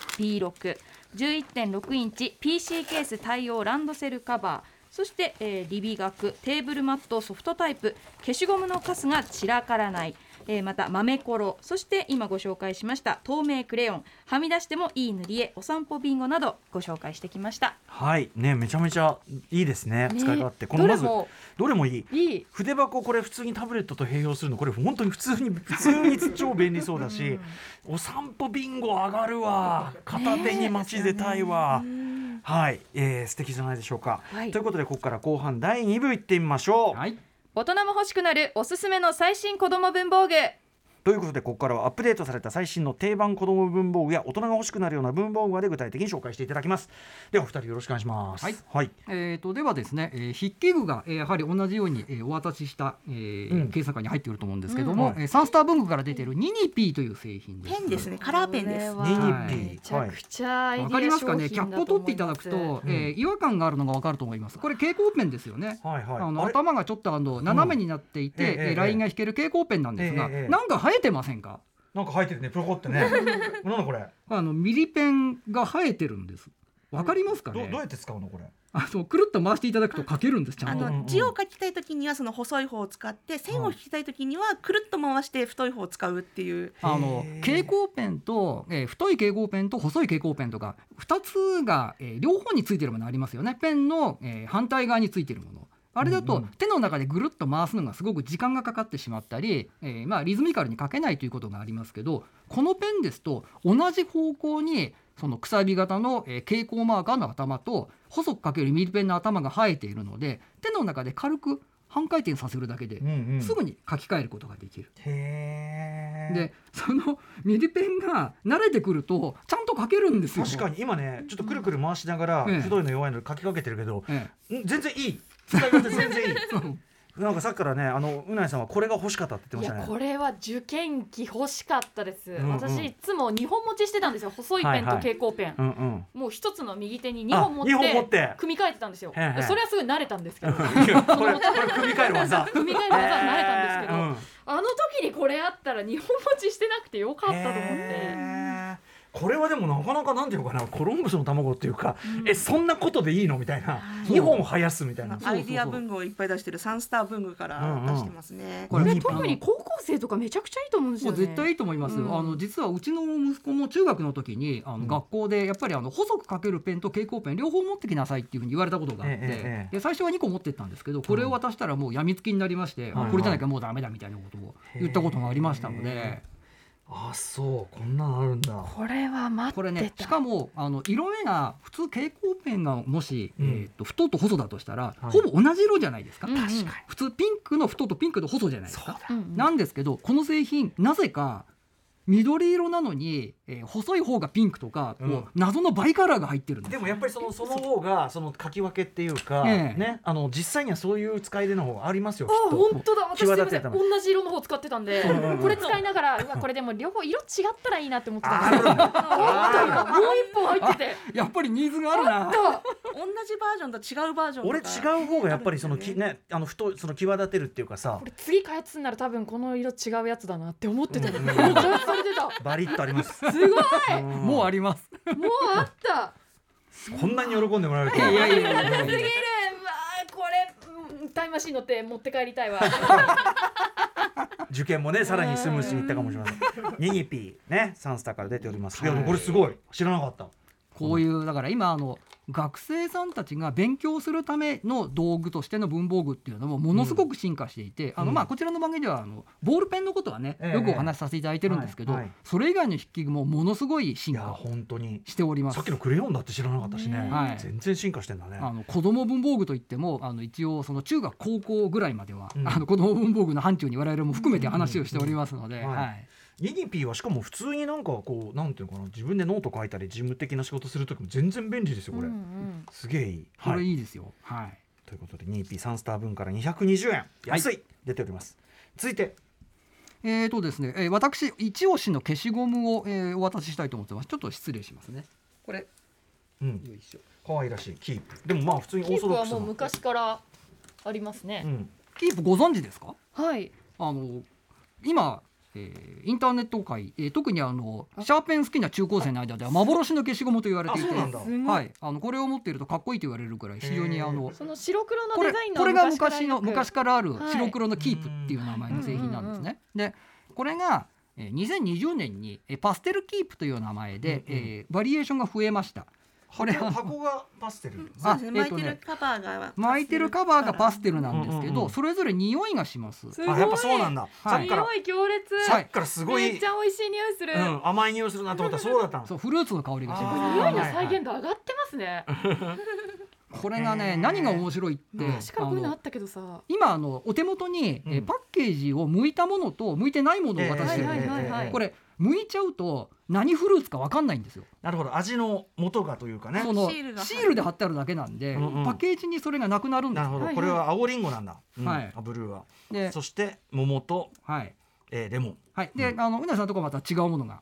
Speaker 3: B611.6インチ PC ケース対応ランドセルカバーそして、えーリビガクテーブルマットソフトタイプ消しゴムのカスが散らからない、えーまた豆ころそして今ご紹介しました透明クレヨンはみ出してもいい塗り絵お散歩ビンゴなどご紹介してきました
Speaker 2: はいねめちゃめちゃいいですね
Speaker 3: ね
Speaker 2: 使い勝手この
Speaker 3: ど
Speaker 2: ま
Speaker 3: れ
Speaker 2: ず
Speaker 3: も
Speaker 2: どれもいい
Speaker 3: いい
Speaker 2: 筆箱これ普通にタブレットと併用するのこれ本当に普通に普通に超便利そうだし、お散歩ビンゴ上がるわ片手に街出たいわ、はい、えー、素敵じゃないでしょうか、
Speaker 3: はい
Speaker 2: ということでここから後半第2部いってみましょう、
Speaker 5: はい、
Speaker 3: 大人も欲しくなるおすすめの最新子ども文房具
Speaker 2: ということでここからはアップデートされた最新の定番子ども文房具や大人が欲しくなるような文房具まで具体的に紹介していただきますではお二人よろしくお願いします
Speaker 5: はい
Speaker 2: はい、
Speaker 5: えー、とではですね、えー筆記具が、えーやはり同じように、えーお渡しした、えー
Speaker 2: うん
Speaker 5: 検査会に入っていると思うんですけども、
Speaker 2: うん
Speaker 5: えーサンスター文具から出ているニニピーという製品です。
Speaker 4: ペンですね、カラーペンで
Speaker 8: これ
Speaker 4: す。
Speaker 8: は
Speaker 2: ニニ
Speaker 5: ピー
Speaker 8: めちゃくちゃアイデ
Speaker 5: わ
Speaker 8: ア
Speaker 5: かりますかね。キ
Speaker 8: 商
Speaker 5: ャ
Speaker 8: 品だ
Speaker 5: ップ
Speaker 8: と
Speaker 5: を取っ
Speaker 8: 思
Speaker 5: て
Speaker 8: い
Speaker 5: いただ
Speaker 8: ます
Speaker 5: くと、
Speaker 2: うん
Speaker 5: えー違和感があるのがわかると思います。これ蛍光ペンですよね。
Speaker 2: はいはい
Speaker 5: あの
Speaker 2: あれ
Speaker 5: 頭がちょっとあの斜めになって
Speaker 2: え
Speaker 5: い
Speaker 2: え
Speaker 5: て、
Speaker 2: ええ
Speaker 5: えーラインが引ける蛍光ペンなんですが、
Speaker 2: ええええ
Speaker 5: なんか生えてませんか。
Speaker 2: なんか入ってるねプロコってねなんだこれ
Speaker 5: あのミリペンが生えてるんです。わかりますか
Speaker 2: ど
Speaker 5: ね。
Speaker 2: どうやって使うのこれ
Speaker 5: あのくるっと回していただくと書けるんです。ちゃ
Speaker 4: あ
Speaker 5: んと。
Speaker 4: の字を書きたいときにはその細い方を使って線を引きたいときにはくるっと回して太い方を使うっていう
Speaker 5: あの
Speaker 2: へー
Speaker 5: 蛍光ペンと、えー太い蛍光ペンと細い蛍光ペンとか2つが、えー両方についてるものありますよねペンの、えー反対側についてるものあれだと、
Speaker 2: うんうん
Speaker 5: 手の中でぐるっと回すのがすごく時間がかかってしまったり、えーまあ、リズミカルに書けないということがありますけどこのペンですと同じ方向にそのくさび型の、えー蛍光マーカーの頭と細く書けるミリペンの頭が生えているので手の中で軽く半回転させるだけで
Speaker 2: うん、うん、
Speaker 5: すぐに書き換えることができる。
Speaker 2: へー
Speaker 5: でそのミリペンが慣れてくるとちゃんと書けるんですよ。
Speaker 2: 確かに今ねちょっとくるくる回しながら
Speaker 5: ええ
Speaker 2: 太いの弱いの書きかけてるけど
Speaker 5: ええ
Speaker 2: ん全然いい使い方全然いい
Speaker 5: そう
Speaker 2: なんかさっきからねあのうないさんはこれが欲しかったって言っ
Speaker 8: い
Speaker 2: て
Speaker 8: や
Speaker 2: ましたね
Speaker 8: これは受験期欲しかったです、
Speaker 2: んうん
Speaker 8: 私いつも2本持ちしてたんですよ細いペンと蛍光ペン、
Speaker 2: うんうん
Speaker 8: もう一つの右手に2本持っ
Speaker 2: あ二本持ってて
Speaker 8: 組み替えてたんですよ
Speaker 2: へーへー
Speaker 8: それはすごい慣れたんですけど
Speaker 2: <laughs> いやこれこれ組み替える技
Speaker 8: 組み替える技は慣れたんですけど、
Speaker 2: うん
Speaker 8: あの時にこれあったら2本持ちしてなくてよかったと思って
Speaker 2: へーこれはでもなかなかなんていうのかなコロンブスの卵っていうか、えそんなことでいいのみたいな
Speaker 5: そう
Speaker 2: 2本生やすみたいな
Speaker 5: そう
Speaker 4: アイディア文具をいっぱい出してるサンスター文具から出してますね。
Speaker 5: こ
Speaker 8: こ
Speaker 5: れ
Speaker 8: れ特に高校生とかめちゃくちゃいいと思うんです
Speaker 5: も
Speaker 8: よ
Speaker 5: う
Speaker 8: ね
Speaker 5: 絶対いいと思います、
Speaker 8: うん
Speaker 5: あの実はうちの息子も中学の時にあの、
Speaker 2: ん
Speaker 5: 学校でやっぱりあの細く書けるペンと蛍光ペン両方持ってきなさいっていうふうに言われたことがあって、
Speaker 2: ええええ
Speaker 5: で最初は2個持ってったんですけどこれを渡したらもうやみつきになりまして、
Speaker 2: はい
Speaker 5: あこれじゃなきゃもうダメだみたいなことを言ったことがありましたので
Speaker 2: へ。あそうこんなのあるんだ
Speaker 6: これは待ってた
Speaker 5: これねしかもあの色目が普通蛍光ペンがもし、
Speaker 2: うん
Speaker 5: えー、と太と細だとしたら、
Speaker 2: はい
Speaker 5: ほぼ同じ色じゃないですか、
Speaker 8: うんうん確かに
Speaker 5: 普通ピンクの太とピンクの細じゃないですか
Speaker 8: うんうん
Speaker 5: なんですけどこの製品なぜか緑色なのに、えー細い方がピンクとか、こう
Speaker 2: うん
Speaker 5: 謎のバイカラーが入ってるんで
Speaker 2: ですもやっぱりそのその方がその書き分けっていうか、
Speaker 5: ええ
Speaker 2: ねあの実際にはそういう使い出の方がありますよき
Speaker 8: あ
Speaker 2: っと
Speaker 8: 本当だ私す
Speaker 2: 際
Speaker 8: みま
Speaker 2: 立って
Speaker 8: せん
Speaker 2: たの
Speaker 8: 同じ色の方使ってたんで
Speaker 2: うんうん
Speaker 8: これ使いながらうわこれでも両方色違ったらいいなって思ってた
Speaker 2: あ
Speaker 8: ん
Speaker 2: る
Speaker 8: で
Speaker 2: ん
Speaker 8: す
Speaker 2: だ
Speaker 8: よもう一本入ってて
Speaker 5: やっぱりニーズがある
Speaker 4: 同
Speaker 5: な
Speaker 4: じバージョンと違うバージョンと
Speaker 2: 俺違
Speaker 4: か
Speaker 2: う方がやっぱりそ
Speaker 8: <laughs>
Speaker 2: のきねあの太その際立てるっていうかさ
Speaker 8: これ次開発になる多分この色違うやつだなって思ってたの
Speaker 2: うん
Speaker 8: めっちゃ開発されてた
Speaker 2: バリッとあります
Speaker 8: すごい
Speaker 5: もうあります
Speaker 8: もうあった
Speaker 2: こんなに喜んでもらえると
Speaker 5: い
Speaker 2: は
Speaker 5: やいやい
Speaker 8: す
Speaker 5: やい
Speaker 8: げ
Speaker 5: や
Speaker 8: えうわーこれうんタイムマシン乗って持って帰りたいわ
Speaker 2: 受験もねさらにスムーズにいったかもしれませんニニピーねサンスターから出ております、い、やでもこれすごい知らなかった
Speaker 5: こういうだから今あの学生さんたちが勉強するための道具としての文房具っていうのもものすごく進化していて、あのまあこちらの番組ではあのボールペンのことはね、
Speaker 2: ええ
Speaker 5: よくお話しさせていただいてるんですけど、
Speaker 2: はいはい
Speaker 5: それ以外の筆記具もものすごい
Speaker 2: い
Speaker 5: 進
Speaker 2: や
Speaker 5: 化を
Speaker 2: 本当に
Speaker 5: しております
Speaker 2: さっきのクレヨンだって知らなかったしね、
Speaker 5: はい
Speaker 2: 全然進化してんだね
Speaker 5: あの子供文房具といってもあの一応その中学高校ぐらいまでは、
Speaker 2: うん
Speaker 5: あの子供文房具の範疇に我々も含めて話をしておりますので、
Speaker 2: うんうんうん
Speaker 5: はい
Speaker 2: はニニピーはしかも普通になんかこうなんていうのかな自分でノート書いたり事務的な仕事する時も全然便利ですよこれ、すげえいい、
Speaker 5: こ
Speaker 2: は
Speaker 5: れ
Speaker 2: い、
Speaker 5: いいですよ。はい
Speaker 2: ということでニニピー3スター分から220円安い、出ております続いて
Speaker 5: えーとですね、えー私一押しの消しゴムを、えーお渡ししたいと思ってます。ちょっと失礼しますね。これ
Speaker 2: うん
Speaker 5: よいしょ
Speaker 2: 可愛らしいキープでもまあ普通にオ
Speaker 8: キー
Speaker 2: ー
Speaker 8: プ
Speaker 2: ソドッ
Speaker 8: は
Speaker 2: クスな
Speaker 8: もう昔からありますね
Speaker 2: うん
Speaker 5: キープご存知ですか？
Speaker 6: はい
Speaker 5: あの今、えーインターネット界、えー特にあのシャーペン好きな中高生の間では幻の消しゴムと言われていて、
Speaker 2: あそうなんだ
Speaker 6: すごい
Speaker 5: はい、あのこれを持っているとかっこいいと言われるくらい非常にあの
Speaker 8: その白黒の
Speaker 5: こ
Speaker 8: デ
Speaker 5: れ
Speaker 8: ザインの
Speaker 5: これが
Speaker 8: 昔から
Speaker 5: 昔の昔からある
Speaker 8: はい
Speaker 5: 白黒のキープっていう名前の製品なんですね。でこれがえー2020年にえーパステルキープという名前で、
Speaker 2: うんうん
Speaker 5: えーバリエーションが増えました。これ
Speaker 2: 箱
Speaker 5: あの
Speaker 2: 箱がパステル、
Speaker 4: そうですね。
Speaker 5: あ
Speaker 4: 巻
Speaker 5: えっ
Speaker 4: い
Speaker 5: と
Speaker 4: て
Speaker 5: ね
Speaker 4: るカバーが
Speaker 5: 巻いてるカバーがパステルなんですけ
Speaker 2: うんうんう
Speaker 5: ど
Speaker 2: ん
Speaker 5: それぞれ匂いがします。
Speaker 8: すご
Speaker 2: あ
Speaker 8: い
Speaker 2: やっぱそうなんだ、さっきから
Speaker 8: 匂い強烈
Speaker 5: はい
Speaker 2: さっきからすごい
Speaker 8: めっちゃ美味しい匂いする
Speaker 2: うん、甘い匂いするなと思ったらそうだったの
Speaker 5: そうフルーツの香りがします。
Speaker 8: 匂いの再現度上がってますね
Speaker 5: これが
Speaker 2: へ
Speaker 5: ね
Speaker 2: ー
Speaker 5: 何が面白いって
Speaker 2: うん
Speaker 8: 確かにこういう
Speaker 5: あ
Speaker 8: のあ
Speaker 5: の
Speaker 8: ったけどさ
Speaker 5: 今あのお手元に、えー
Speaker 2: うん
Speaker 5: パッケージを剥いたものと剥いてないものを渡してるん
Speaker 8: はい
Speaker 5: で
Speaker 8: はいはいはい
Speaker 5: これ剥いちゃうと何フルーツか分かんないんですよ。
Speaker 2: なるほど味の元がというかね
Speaker 5: その
Speaker 4: シールが
Speaker 5: シールで貼ってあるだけなんで、
Speaker 2: うんうん
Speaker 5: パッケージにそれがなくなるんで
Speaker 2: な
Speaker 5: す
Speaker 2: るほ
Speaker 5: よ
Speaker 2: ど、
Speaker 8: はい
Speaker 2: これは青りんごなんだ、うん
Speaker 5: はい
Speaker 2: あブルーは
Speaker 5: で
Speaker 2: そして桃と、
Speaker 5: はい
Speaker 2: えー、レモン
Speaker 5: はいで、
Speaker 2: うん
Speaker 5: あのうなさんのとこはまた違うものが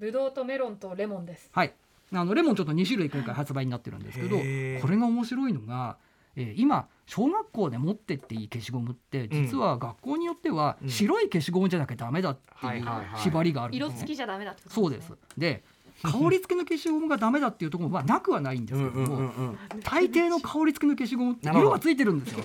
Speaker 8: ブドウとメロンとレモンです
Speaker 5: はいあのレモンちょっと2種類今回発売になってるんですけど
Speaker 2: へ
Speaker 5: こ
Speaker 2: ー
Speaker 5: れが面白いのが、えー今小学校で持ってっていい消しゴムって実は学校によっては
Speaker 2: うん
Speaker 5: 白い消しゴムじゃなきゃダメだって
Speaker 2: はいいうはいはい
Speaker 5: 縛りがあるんです
Speaker 8: 色
Speaker 5: ね
Speaker 8: 付きじゃダメだってこと
Speaker 5: そうです。で、香り付けの消しゴムがダメだっていうところもまあなくはないんですけども、
Speaker 2: ん
Speaker 5: 大抵の香り付けの消しゴムって
Speaker 2: なるほど
Speaker 5: 色がついてるんですよ。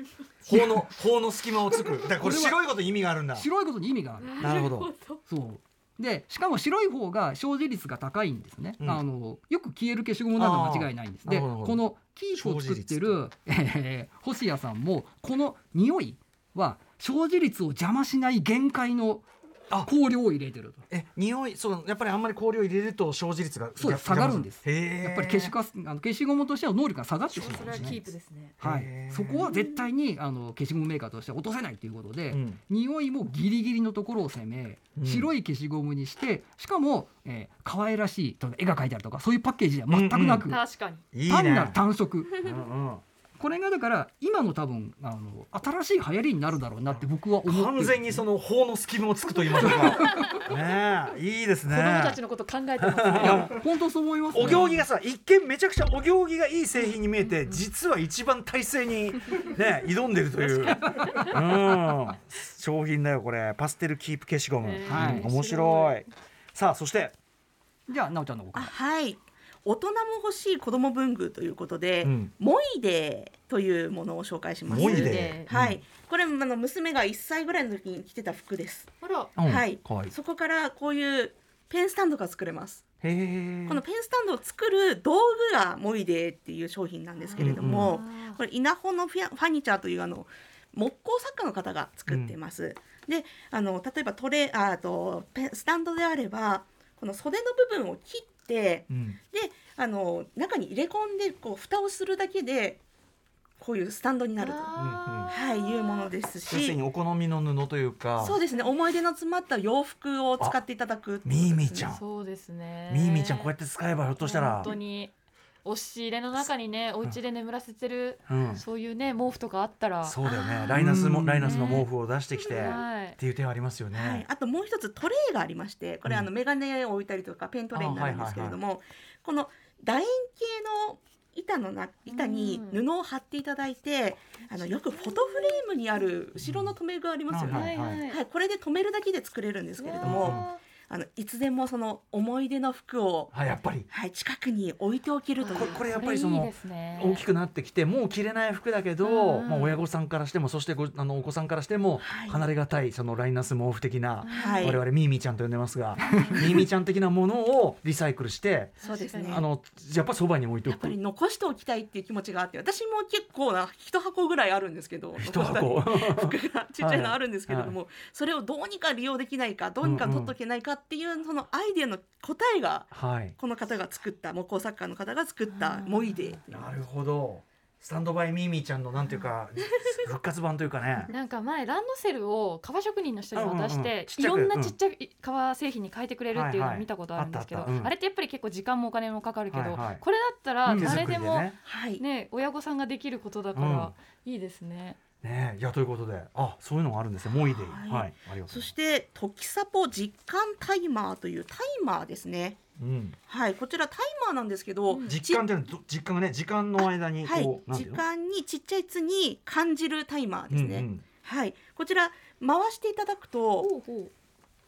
Speaker 8: <laughs>
Speaker 2: 法の法の隙間をつくだからこれ白いことに意味があるんだ
Speaker 5: 白いことに意味がある。
Speaker 2: なるほど
Speaker 5: そう。で、しかも白い方が生じ率が高いんですね。
Speaker 2: うん
Speaker 5: あのよく消える消しゴムなど間違いないんです。
Speaker 2: あー
Speaker 5: で、
Speaker 2: なるほどなるほ
Speaker 5: こ
Speaker 2: ど
Speaker 5: のキープを作ってる、えー、 <laughs> 星谷さんもこの匂いは生じ率を邪魔しない限界の
Speaker 2: あ
Speaker 5: 香料を入れてると。
Speaker 2: え匂いそうやっぱりあんまり香料入れると生じ率が
Speaker 5: そうです
Speaker 2: 逆
Speaker 5: 下がるんです
Speaker 2: へー
Speaker 5: やっぱり消しカスあの消しゴムとしての能力が下がってしまうんです
Speaker 8: そ
Speaker 5: ね
Speaker 8: れはキープですね
Speaker 5: は
Speaker 2: へ
Speaker 5: い、
Speaker 2: ー
Speaker 5: そこは絶対にあの消しゴムメーカーとして落とせないということで、
Speaker 2: うん
Speaker 5: 匂いもギリギリのところを攻め、
Speaker 2: うん
Speaker 5: 白い消しゴムにしてしかも、えー、可愛らしいとか絵が描いてあるとかそういうパッケージでは全くなく、
Speaker 8: 確かに
Speaker 2: いいね
Speaker 5: 単なる単色
Speaker 2: うんうん
Speaker 5: これがだから今の多分あの新しい流行りになるだろうなって僕は思ってる
Speaker 2: 完全にその法の隙間をつくと言います
Speaker 5: <laughs>
Speaker 2: かねえいいですね
Speaker 6: 子供たちのこと考えてます
Speaker 5: い
Speaker 6: ね。
Speaker 5: や本当そう思います、ね、
Speaker 2: お行儀がさ一見めちゃくちゃお行儀がいい製品に見えて実は一番体勢に、ね、挑んでるという、うん、商品だよこれパステルキープ消しゴム、
Speaker 8: え
Speaker 5: ーはい
Speaker 2: うん面白いさあそして、
Speaker 5: じゃあなおちゃんの方
Speaker 4: あ
Speaker 5: から
Speaker 4: はい大人も欲しい子供文具ということで、
Speaker 2: うん
Speaker 4: モイデーというものを紹介します
Speaker 2: モイデー
Speaker 8: で
Speaker 4: はい、これあの娘が1歳ぐらいの時に着てた服です、
Speaker 8: あら
Speaker 2: うん
Speaker 4: はい
Speaker 2: かわいい
Speaker 4: そこからこういうペンスタンドが作れます
Speaker 2: へえ
Speaker 4: このペンスタンドを作る道具がモイデーっていう商品なんですけれども、これ稲穂のフィアファニチャーというあの木工作家の方が作ってます。であの例えばトレーああとペンスタンドであればこの袖の部分を切って
Speaker 2: うん
Speaker 4: であの中に入れ込んでこう蓋をするだけでこういうスタンドになると、
Speaker 8: あー
Speaker 4: はい、いうものです
Speaker 2: 要するに
Speaker 4: し。
Speaker 2: お好みの布というか
Speaker 4: そうですね思い出の詰まった洋服を使っていただくってことですね、
Speaker 2: ミーミーちゃん
Speaker 8: そうですね。
Speaker 2: みーみーちゃんこうやって使えばひょっとしたら
Speaker 8: 本当に押し入れの中にね、お家で眠らせてる
Speaker 2: うん、
Speaker 8: そういうね毛布とかあったら、
Speaker 2: そうだよねライナスも
Speaker 5: うん
Speaker 2: ライナスの毛布を出してきて、
Speaker 8: はい
Speaker 2: っ。ていう点はありますよ
Speaker 4: は
Speaker 2: ね
Speaker 4: い、、あともう一つトレイがありましてこれ
Speaker 2: うん
Speaker 4: あのメガネを置いたりとかペントレイになるんですけれども、この楕円形の板のな板に
Speaker 8: う
Speaker 4: 布を貼っていただいて、あのよくフォトフレームにある後ろの留め具ありますよね、
Speaker 2: うん
Speaker 4: は
Speaker 8: はいいはい。
Speaker 4: これで留めるだけで作れるんですけれど
Speaker 2: う
Speaker 4: も
Speaker 2: わ
Speaker 4: あのいつでもその思い出の服を、
Speaker 2: あやっぱり
Speaker 4: はい、近くに置いておけるという
Speaker 2: ここれやっぱりその
Speaker 8: これいいですね
Speaker 2: 大きくなってきてもう着れない服だけど、
Speaker 8: うんうん
Speaker 2: まあ、親御さんからしてもそしてごあのお子さんからしても
Speaker 4: はい
Speaker 2: 離れがたいそのライナス毛布的な、
Speaker 4: はい
Speaker 2: 我々ミーミーちゃんと呼んでますがミーミーちゃん的なものをリサイクルして
Speaker 4: そうですね
Speaker 2: あのやっぱそばに置いてお
Speaker 4: やっぱ
Speaker 2: く
Speaker 4: り。残しておきたいっていう気持ちがあって私も結構な一箱ぐらいあるんですけど
Speaker 2: 一
Speaker 4: 残したり
Speaker 2: 箱
Speaker 4: 服がちっちゃいのあるんですけれども、それをどうにか利用できないかどうにか取っとけないかっていうそのアイデアの答えが
Speaker 2: はい
Speaker 4: この方が作った木工作家の方が作った
Speaker 8: うん
Speaker 4: モイデー
Speaker 2: なるほどスタンドバイミーミーちゃんのなんていうか復活版というかね
Speaker 8: なんか前ランドセルを革職人の人に渡し
Speaker 2: うんうんうん
Speaker 8: て
Speaker 2: ちっ
Speaker 8: い
Speaker 2: ちゃ
Speaker 8: ろ
Speaker 2: く
Speaker 8: んなちっちゃい革製品に変えてくれるっていうのを見たことあるんですけど
Speaker 2: はいはいあったあったうん
Speaker 8: あれってやっぱり結構時間もお金もかかるけど
Speaker 2: はいはい
Speaker 8: これだったら
Speaker 2: 手
Speaker 8: 誰
Speaker 2: 作り
Speaker 8: で
Speaker 2: で
Speaker 8: も
Speaker 2: ね。
Speaker 4: はい、
Speaker 8: ね親御さんができることだからいいですね。
Speaker 2: ねいやということであそういうのがあるんですねモイデイ
Speaker 4: はい
Speaker 2: はいありがとうございます
Speaker 4: そして「時サポ実感タイマー」というタイマーですね。
Speaker 2: うん
Speaker 4: はい、こちらタイマーなんですけど、
Speaker 8: うん
Speaker 2: 実感っていうのはど実感がね時間の間にこう、なん
Speaker 4: はい、時
Speaker 2: ていうの
Speaker 4: 間にちっちゃい「つ」に感じるタイマーですね。
Speaker 2: うんうん
Speaker 4: はい、こちら回していただくと
Speaker 8: ほうほ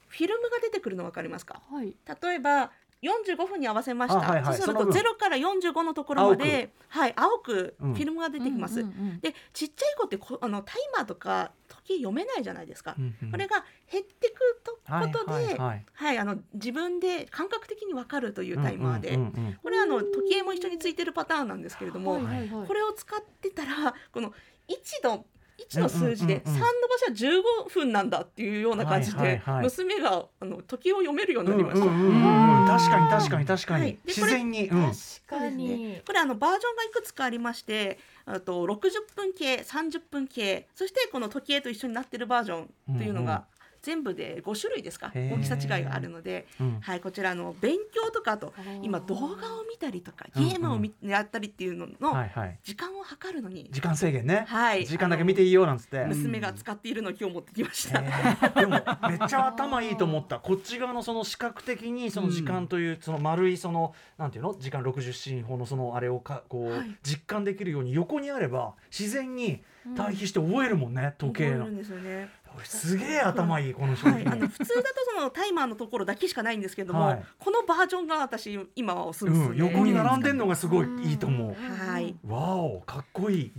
Speaker 4: フィルムが出てくるの分かりますか
Speaker 8: うはい。
Speaker 4: 例えば45分に合わせました、
Speaker 2: あはいはい
Speaker 4: そうする
Speaker 2: そ
Speaker 4: と
Speaker 2: の分
Speaker 4: 0から45のところまではい、青くフ
Speaker 2: うん
Speaker 4: ィルムが出てきます、
Speaker 8: うんうんうん
Speaker 4: でちっちゃい子ってこあのタイマーとか時計読めないじゃないですか、
Speaker 2: うんうん
Speaker 4: これが減ってくとこと
Speaker 2: は
Speaker 4: で、はいい
Speaker 2: はいはい
Speaker 4: あの自分で感覚的に分かるというタイマーで、
Speaker 2: うんうんうん
Speaker 4: これはあの時計も一緒についてるパターンなんですけれども、
Speaker 8: はいはいはい
Speaker 4: これを使ってたらこの1の1の数字で
Speaker 2: うんうん
Speaker 4: 3
Speaker 2: うん
Speaker 4: 伸ばしは15分なんだっていうような感じ
Speaker 2: はいはい
Speaker 4: で
Speaker 2: はい
Speaker 4: 娘があの時計を読めるようになりま
Speaker 2: う
Speaker 4: し
Speaker 2: んう
Speaker 4: た。
Speaker 2: んうんうん確かに確かに確かに、
Speaker 4: はいでこれ
Speaker 2: 自然に、うん、
Speaker 8: 確か
Speaker 4: そうです
Speaker 8: に
Speaker 4: ね。これあのバージョンがいくつかありまして、あと60分計、30分計、そしてこの時計と一緒になってるバージョンというの
Speaker 2: うんうん
Speaker 4: が全部で5種類ですか、
Speaker 2: へー
Speaker 4: 大きさ違いがあるので、
Speaker 2: うん
Speaker 4: はいこちらあの勉強とかあと今動画を見たりとかゲームを見やったりっていうの
Speaker 2: は
Speaker 4: の
Speaker 2: いはい
Speaker 4: 時間を計るのに、
Speaker 2: 時間制限ね、
Speaker 4: はい
Speaker 2: 時間だけ見ていいよなんつって、
Speaker 4: あの
Speaker 5: ん
Speaker 4: 娘が使っているのを今日持ってきました。
Speaker 2: えーでもめっちゃ頭いいと思ったこっち側のその視覚的にその時間というその丸いそのなんていうの時間60進法のそのあれをかこう
Speaker 4: はい
Speaker 2: 実感できるように横にあれば自然に
Speaker 8: うん
Speaker 2: 対比して覚えるもんね時計
Speaker 4: 覚え
Speaker 2: の
Speaker 4: るんですよね。
Speaker 2: 俺すげえ頭いいこの商
Speaker 4: はい、
Speaker 2: 品
Speaker 4: あの普通だとそのタイマーのところだけしかないんですけども、
Speaker 2: はい
Speaker 4: このバージョンが私今はおすすめ、
Speaker 2: うん横に並んでんのがすごいいいと思
Speaker 4: はい。
Speaker 2: うわおかっこいい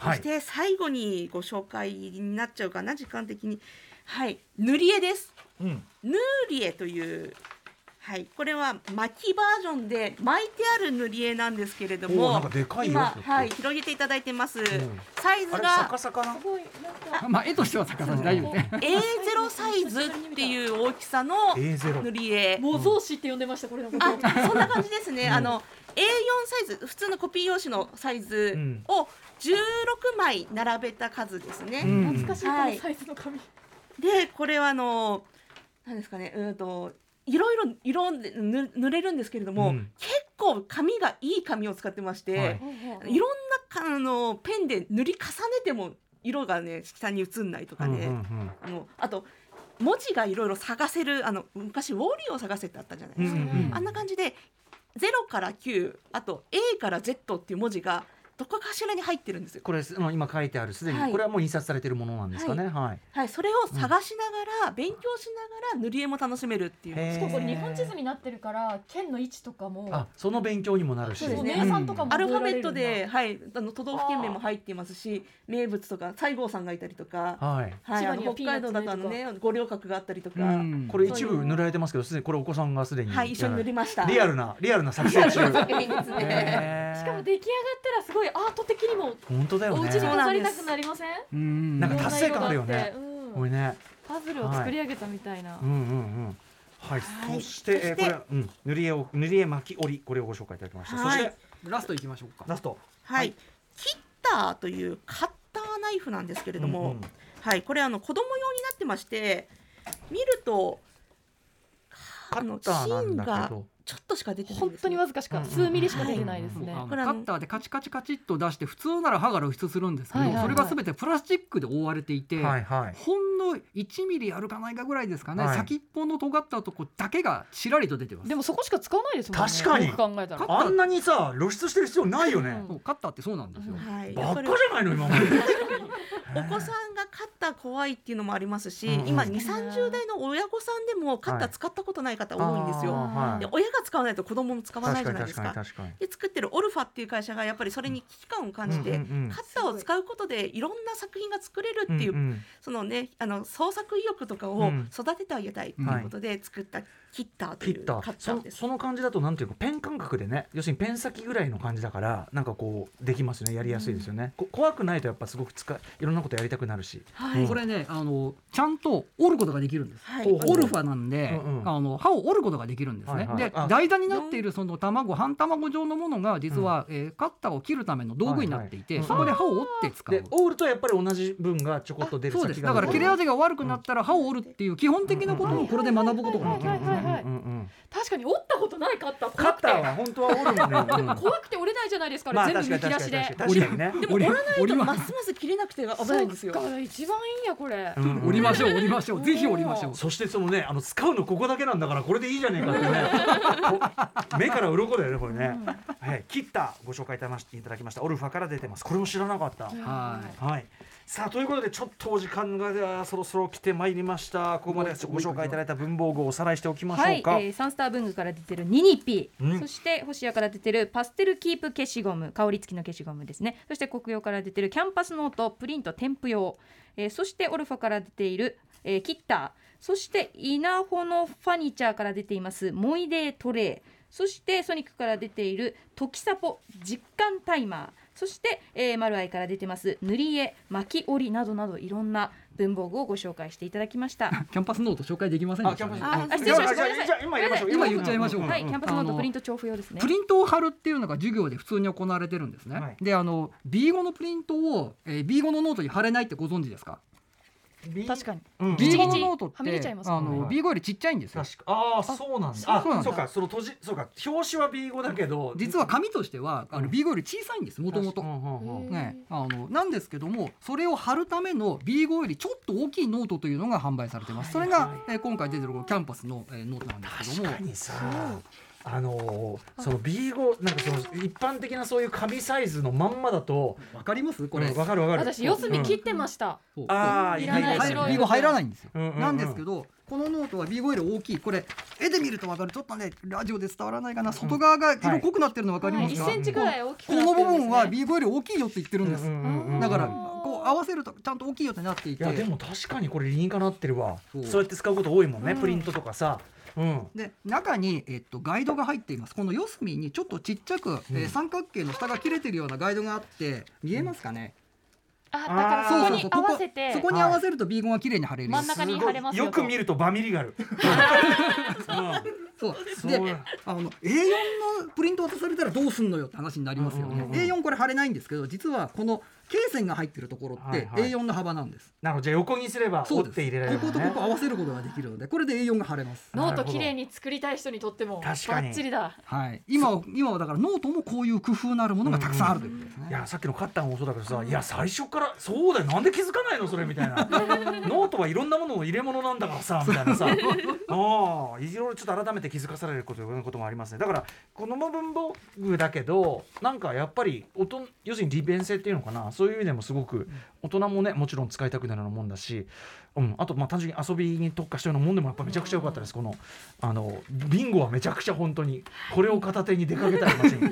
Speaker 4: そ
Speaker 2: は
Speaker 4: し
Speaker 2: い
Speaker 4: て最後にご紹介になっちゃうかな時間的にはい塗り絵です
Speaker 2: うん
Speaker 4: 塗り絵というはいこれは巻きバージョンで巻いてある塗り絵なんですけれど
Speaker 2: おー
Speaker 4: も
Speaker 2: なんかでかいよ
Speaker 4: 今
Speaker 2: ちょっと
Speaker 4: はい広げていただいてます、
Speaker 2: ん
Speaker 4: サイズ
Speaker 2: あれ
Speaker 4: が
Speaker 2: 逆さかな
Speaker 6: すごいなんか
Speaker 5: まあ絵としては逆さで大丈夫ね
Speaker 4: A0 サイズっていう大きさの
Speaker 2: A0
Speaker 4: 塗り絵
Speaker 6: 模造紙って呼んでましたこれのこと。
Speaker 4: あそんな感じですね、
Speaker 2: うん
Speaker 4: あの A4 サイズ普通のコピー用紙のサイズ
Speaker 2: うん
Speaker 4: を16枚並べた数ですね、
Speaker 2: うん
Speaker 6: 懐かしいこ
Speaker 4: はい
Speaker 6: のサイズの紙。
Speaker 4: でこれはあのなんですかねうーんといろいろ色でぬ塗れるんですけれども、
Speaker 2: うん
Speaker 4: 結構紙がいい紙を使ってまして、
Speaker 2: はい
Speaker 4: い、ろんなかあのペンで塗り重ねても色がね下に映んないとかね、
Speaker 2: うん
Speaker 4: あのあと文字がいろいろ探せるあの昔「ウォーリーを探せ」ってあったじゃない
Speaker 2: うんうん
Speaker 4: で
Speaker 2: う
Speaker 4: すか、
Speaker 2: んうん
Speaker 4: あんな感じで0から9あと A から Z っていう文字がどこかしらに入ってるんですよ。
Speaker 2: これあの今書いてあるすでに、
Speaker 4: はい
Speaker 2: これはもう印刷されてるものなんですかね。はい。
Speaker 4: はい、それを探しながら、勉強しながら塗り絵も楽しめるっていう。
Speaker 8: しかもこれ日本地図
Speaker 2: に。
Speaker 8: になってるから県の位置とかも
Speaker 2: あ、その勉強にもなるし。
Speaker 8: そうです
Speaker 4: ね
Speaker 2: うん
Speaker 8: 名産とかも
Speaker 4: アルファ
Speaker 8: 覚えら
Speaker 4: ベ
Speaker 8: れる
Speaker 4: ッ
Speaker 8: んだ
Speaker 4: トで、はい、あの都道府県名も入っていますし、名物とか西郷さんがいたりとか、
Speaker 2: はい。
Speaker 4: はい、あ
Speaker 8: 千葉に
Speaker 4: の
Speaker 8: は
Speaker 4: 北海道だとあのね、五稜郭があったりとか、
Speaker 5: うん
Speaker 2: これ一部塗られてますけど、すでにこれお子さんがすでに。
Speaker 4: はい、一緒に塗りました。
Speaker 2: リアルな、リアルな作成中。
Speaker 4: いいですね。
Speaker 2: へー
Speaker 8: しかも出来上がったらすごいアート的にも
Speaker 2: 本当だよ
Speaker 8: お家に
Speaker 2: ね。
Speaker 8: 飾りたくなりません
Speaker 5: うん
Speaker 2: なんか達成感あるよね
Speaker 8: いろんな色が
Speaker 2: こ
Speaker 8: あってうん
Speaker 2: れね。
Speaker 8: パズルを作り上げたみたいな、
Speaker 2: うんうんうん。はい、
Speaker 4: はい
Speaker 2: そして、えー
Speaker 4: そして
Speaker 2: これは、うん、塗り絵を、塗り絵巻き折り、これをご紹介いただきました。そ
Speaker 4: はい
Speaker 2: して、
Speaker 5: ラストいきましょうか
Speaker 2: ラスト。
Speaker 4: はい、キッターというカッターナイフなんですけれども、
Speaker 2: うんうん
Speaker 4: はい、これあの子供用になってまして、見ると
Speaker 2: カッターなんだけど。
Speaker 4: ちょっとしか出てないん
Speaker 8: 本
Speaker 4: です
Speaker 8: 当
Speaker 4: ね、
Speaker 8: にわずかしか、
Speaker 2: うん
Speaker 8: 数ミリしか出てないです
Speaker 5: もう
Speaker 8: ね、
Speaker 5: あの
Speaker 4: これあ
Speaker 5: カ
Speaker 4: の
Speaker 5: ッターでカチカチカチっと出して普通なら歯が露出するんですけど、
Speaker 8: はいはいはい
Speaker 5: それが全てプラスチックで覆われていて、
Speaker 2: はいはい。
Speaker 5: ほんの1ミリあるかないかぐらいですかね、
Speaker 2: はい
Speaker 5: 先っぽの尖ったとこだけがちらりと出てます
Speaker 6: でもそこしか使わないですもんね
Speaker 2: 確かに
Speaker 6: よく考えたら
Speaker 5: か
Speaker 2: あんなにさ露出してる必要ないよね
Speaker 8: う。
Speaker 5: そうカッターってそうなんですよ、
Speaker 4: はい、
Speaker 2: バカ
Speaker 4: やっ
Speaker 2: じゃな
Speaker 4: ぱり
Speaker 2: いの今まで。
Speaker 4: お子さんがカッター怖いっていうのもありますし、
Speaker 2: うんうん
Speaker 4: 今2 3 0代の親御さんでもカッター使ったことない方多いんですよ。
Speaker 2: あー
Speaker 4: で
Speaker 2: はい
Speaker 4: 親が使わないと子供も使わない
Speaker 2: 確
Speaker 4: じ
Speaker 2: か
Speaker 4: ゃ
Speaker 2: に
Speaker 4: ないで
Speaker 2: 確
Speaker 4: すか。
Speaker 2: かに確かに。
Speaker 4: で作ってるオルファっていう会社がやっぱりそれに危機感を感じて、
Speaker 2: うんうんうん
Speaker 4: カッターを使うことでいろんな作品が作れるっていう、
Speaker 2: うんうん
Speaker 4: そのねあの創作意欲とか
Speaker 2: う
Speaker 4: を
Speaker 2: ん
Speaker 4: 育ててあげたいということで作ったキッターと
Speaker 2: 切
Speaker 4: い
Speaker 2: っ
Speaker 4: う
Speaker 2: た
Speaker 4: カッタ
Speaker 2: そ
Speaker 4: ー
Speaker 2: の
Speaker 4: です。
Speaker 2: その感じだとなんていうかペン感覚でね要するにペン先ぐらいの感じだからなんかこうできますねやりやすいですよね、こ怖くないとやっぱすごく使いいろんなことやりたくなるし、
Speaker 4: は
Speaker 2: う
Speaker 4: い、
Speaker 2: ん
Speaker 5: これねあのちゃんと折ることができるんです
Speaker 4: は
Speaker 2: ほう
Speaker 4: い
Speaker 2: ほう
Speaker 5: オルファなんで、
Speaker 2: うんうん
Speaker 5: あの歯を折ることができるんです
Speaker 2: は
Speaker 5: ね。
Speaker 2: いはい
Speaker 5: で
Speaker 2: あ
Speaker 5: 台座になっているその卵半卵状のものが実は、えーカッターを切るための道具になっていて、
Speaker 2: はいはい
Speaker 5: そこで歯を折って使う。
Speaker 2: でオールとやっぱり同じ分がちょこっと出る
Speaker 5: そうです
Speaker 2: 先が
Speaker 5: だから切れ
Speaker 2: る
Speaker 5: 味が悪くなったら歯を折るっていう基本的なことをこれで学ぶことができる
Speaker 8: はいはいはいはい
Speaker 2: うんうんうん
Speaker 8: 確かに折ったことないカッター怖
Speaker 2: カッ
Speaker 8: くて
Speaker 2: ターは本当は折るもんね、うん
Speaker 8: 怖くて折れないじゃないですか、あれ
Speaker 2: まあ
Speaker 8: 全
Speaker 2: 確
Speaker 8: 部
Speaker 2: か
Speaker 8: むき
Speaker 2: に確
Speaker 8: 出し
Speaker 2: かに
Speaker 8: で
Speaker 2: 確かに確かにね
Speaker 5: でも折らないと
Speaker 4: ますます切れなくて危ないんですよ。
Speaker 8: そっか一番いいやこれ
Speaker 2: うんうん
Speaker 5: 折りましょう折りましょうぜひ折りましょう
Speaker 2: そしてそのねあの使うのここだけなんだからこれでいいじゃねえかってねこ目から鱗だよねこれね、はい、切ったご紹介いただきましたいただきましたオルファから出てますこれも知らなかった、
Speaker 5: はい
Speaker 2: はい。さあということでちょっとお時間がそろそろ来てまいりました。ここまでご紹介いただいた文房具をおさらいしておきまし
Speaker 3: は
Speaker 2: ょう
Speaker 3: い、
Speaker 2: か。
Speaker 3: えーサンスター文具から出てるニニピー、
Speaker 2: うん
Speaker 3: そして星屋から出てるパステルキープ消しゴム香り付きの消しゴムですねそして国用から出てるキャンパスノートプリント添付用、えーそしてオルファから出ている、えーキッターそしてイナホのファニチャーから出ていますモイデートレイそしてソニックから出ているトキサポ実感タイマーそして、えー、マルアイから出てます塗り絵巻き織りなどなどいろんな文房具をご紹介していただきました。
Speaker 5: キャンパスノート紹介できませんでしたね
Speaker 4: あ
Speaker 2: あ
Speaker 3: 失礼しました
Speaker 2: じゃあじゃあ今言いましょう。
Speaker 5: 今言っちゃいましょう
Speaker 3: はい、キャンパスノー
Speaker 5: あ
Speaker 3: ト
Speaker 5: の
Speaker 3: プリント調布用ですね。
Speaker 5: プリントを貼るっていうのが授業で普通に行われてるんですね、
Speaker 2: はい
Speaker 5: であの B5 のプリントを、えー、B5 のノートに貼れないってご存知ですか
Speaker 6: 確かに
Speaker 2: うん
Speaker 8: ち
Speaker 5: B5
Speaker 8: ぎち
Speaker 5: のノートって
Speaker 6: はみ出ちゃいますも
Speaker 5: あ
Speaker 6: んね
Speaker 5: の
Speaker 2: はい
Speaker 5: B5 よりちっちゃいんですよ
Speaker 2: 確かああそうなんだ。
Speaker 5: そう
Speaker 2: あ
Speaker 5: そうなんだ
Speaker 2: そうかその閉じそうか表紙は B 語だけど
Speaker 5: 実は紙としてはあ
Speaker 2: う
Speaker 5: の
Speaker 2: ん
Speaker 5: B5 より小さいんですもともと
Speaker 2: うんうんうん
Speaker 5: ね、あのなんですけどもそれを貼るための B5 よりちょっと大きいノートというのが販売されてますそれが、えー今回出てるこのキャンパスの、えーノートなんです
Speaker 2: 確
Speaker 5: けども
Speaker 2: かにさ。あのーその B 語なんかその一般的なそういう紙サイズのまんまだと
Speaker 5: わかりますこれ、
Speaker 2: うんわかるわかる
Speaker 8: 私四隅切ってました、
Speaker 5: そう
Speaker 2: ああ
Speaker 8: いらない
Speaker 5: はい
Speaker 8: 白い
Speaker 5: B5 入らないんですよ、
Speaker 2: うんうんうん
Speaker 5: なんですけどこのノートは B5 より大きいこれ絵で見るとわかるちょっとねラジオで伝わらないかな外側が色濃くなってるのわかり
Speaker 8: は
Speaker 5: ま
Speaker 8: い、
Speaker 5: す
Speaker 8: 1
Speaker 5: か、
Speaker 8: センチぐらい大きく
Speaker 5: こ
Speaker 8: なっ
Speaker 5: の
Speaker 8: てるんで
Speaker 5: 部
Speaker 8: す、ね、
Speaker 5: 分は B5 より大きいよって言ってるんです、
Speaker 8: うん
Speaker 5: だから
Speaker 8: うん
Speaker 5: こう合わせるとちゃんと大きいよってなってい
Speaker 2: い
Speaker 5: て
Speaker 2: やでも確かにこれ理にかなってるわそ
Speaker 5: そうう
Speaker 2: やって使うこと多いもんね、プリントとかさうん
Speaker 5: で中に、えっと、ガイドが入っていますこの四隅にちょっとちっちゃく、えー三角形の下が切れてるようなガイドがあって見えますかね、
Speaker 8: あだから
Speaker 2: あー
Speaker 8: そこに合わせて
Speaker 5: そこに合わせると B5 が綺麗に貼れるよ、
Speaker 8: 真ん中に貼れますよ
Speaker 2: よく見るとバミリがある、うん
Speaker 5: そう
Speaker 2: そう
Speaker 5: であの A4 のプリント渡されたらどうすんのよって話になりますよ
Speaker 2: うんう
Speaker 5: ね、
Speaker 2: んうんうん
Speaker 5: A4 これ貼れないんですけど実はこの罫線が入ってるところっ
Speaker 2: はい
Speaker 5: て
Speaker 2: はい
Speaker 5: A4 の幅なんです、
Speaker 2: なのでじゃあ横にすれば
Speaker 5: そう
Speaker 2: 折
Speaker 5: で
Speaker 2: っ
Speaker 5: す
Speaker 2: て入れられる
Speaker 5: こ
Speaker 2: の
Speaker 5: ことこ
Speaker 2: ね
Speaker 5: こ合わせることができるのでこれで A4 が貼れます
Speaker 2: な
Speaker 8: ノ
Speaker 2: る
Speaker 8: ー
Speaker 2: ほど
Speaker 8: ト綺麗に作りたい人にとってもバ
Speaker 2: 確かに
Speaker 8: ッチリだ
Speaker 5: はい、今は今はだからノートもこういう工夫のあるものがたくさんあるということですね。
Speaker 2: いやさっきのカッターもそうだけどさいや最初からそうだよなんで気づかないのそれみたい
Speaker 5: <laughs>
Speaker 2: なノートはいろんなものの入れ物なんだからさみたいなさああいろいろちょっと改めて気づかされることこともありますねだからこの文房具だけどなんかやっぱり大人要するに利便性っていうのかなそういう意味でもすごく大人もねもちろん使いたくなるようなもんだし、うん、あとまあ単純に遊びに特化したようなもんでもやっぱめちゃくちゃ良かったですこのあのビンゴはめちゃくちゃ本当にこれを片手に出かけたい街に。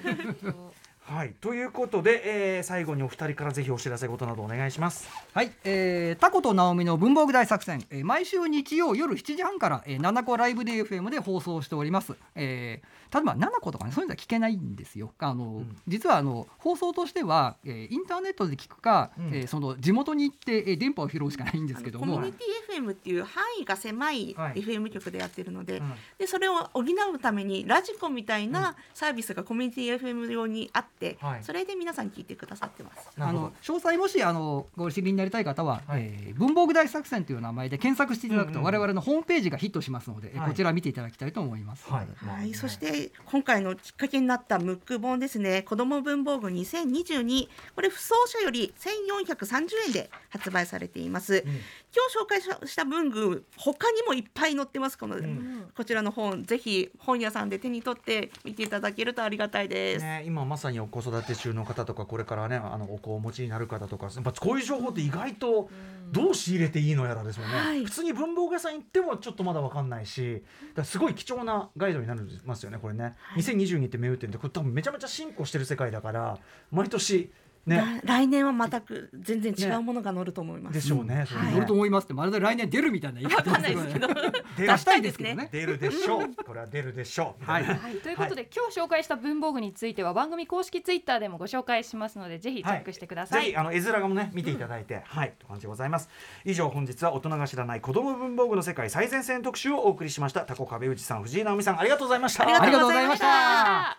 Speaker 2: はい、ということで、えー最後にお二人からぜひお知らせことなどお願いします。
Speaker 5: はい、えータコとナオミの文房具大作戦、えー毎週日曜夜7時半から、えー、ナナコライブデー FM で放送しております。えー、例えばナナコとかね、そういうのは聞けないんですよ。あの、
Speaker 2: ん
Speaker 5: 実はあの放送としては、えーインターネットで聞くか、
Speaker 2: うん
Speaker 5: えーその地元に行って、えー電波を拾うしかないんで
Speaker 4: あ
Speaker 5: すけ
Speaker 4: の
Speaker 5: ど
Speaker 4: コミ
Speaker 5: も
Speaker 4: ュ、ニティ FM っていう範囲が狭い
Speaker 2: はい
Speaker 4: FM 局でやってるので,、
Speaker 2: うん
Speaker 4: でそれを補うためにラジコみたいなサービスがコミュニティ FM 用にあっ
Speaker 2: は
Speaker 4: て、
Speaker 2: い
Speaker 4: それで皆さん聞いてくださってます。
Speaker 2: な
Speaker 5: あ
Speaker 2: るほ
Speaker 5: の
Speaker 2: ど。
Speaker 5: 詳細もしあのご知りになりたい方は、
Speaker 2: はい
Speaker 5: えー文房具大作戦という名前で検索していただく
Speaker 2: うんう
Speaker 5: と
Speaker 2: ん
Speaker 5: 我々のホームページがヒットしますので、えー
Speaker 2: はい
Speaker 5: こちら見ていただきたいと思います。
Speaker 2: はい、
Speaker 4: はい、そして今回のきっかけになったムック本ですね子ども文房具2022これ不走者より1430円で発売されています、
Speaker 2: うん
Speaker 4: 今日紹介しした文具他にもいっぱい載ってますこの、
Speaker 2: ん
Speaker 4: こちらの本ぜひ本屋さんで手に取って見ていただけるとありがたいです、
Speaker 2: ね、今まさにお子育て中の方とかこれからねあのお子をお持ちになる方とかやっぱこういう情報って意外とどう仕入れていいのやらですよね、
Speaker 4: はい
Speaker 2: 普通に文房具屋さん行ってもちょっとまだ分かんないしだからすごい貴重なガイドになりますよねこれね、2022って目打ってんでこれ多分めちゃめちゃ進歩してる世界だから毎年ね
Speaker 4: 来来年はまたく全然違うものが載ると思います、
Speaker 2: でしょうね、それね
Speaker 5: 乗ると思いますってまるで来年出るみたいな言い方
Speaker 4: わかんないですけど
Speaker 2: 出る
Speaker 5: 出したいですけどね。
Speaker 2: 出るでしょうこれは出るでしょう
Speaker 5: はい
Speaker 6: はい、ということで、今日紹介した文房具については番組公式ツイッターでもご紹介しますのでぜひチェックしてください、
Speaker 2: ぜひあの絵面もね見ていただいて、はいという感じでございます以上本日は大人が知らない子供文房具の世界最前線特集をお送りしましたタコ壁内さん藤井直美さんありがとうございました
Speaker 4: ありがとうございました
Speaker 5: ありがとうございました。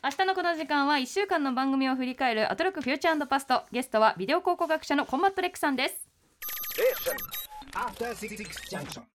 Speaker 6: 明日のこの時間は1週間の番組を振り返るアトロックフューチャーパストゲストはビデオ考古学者のコンバットレックさんです
Speaker 7: Station. After Six Junction.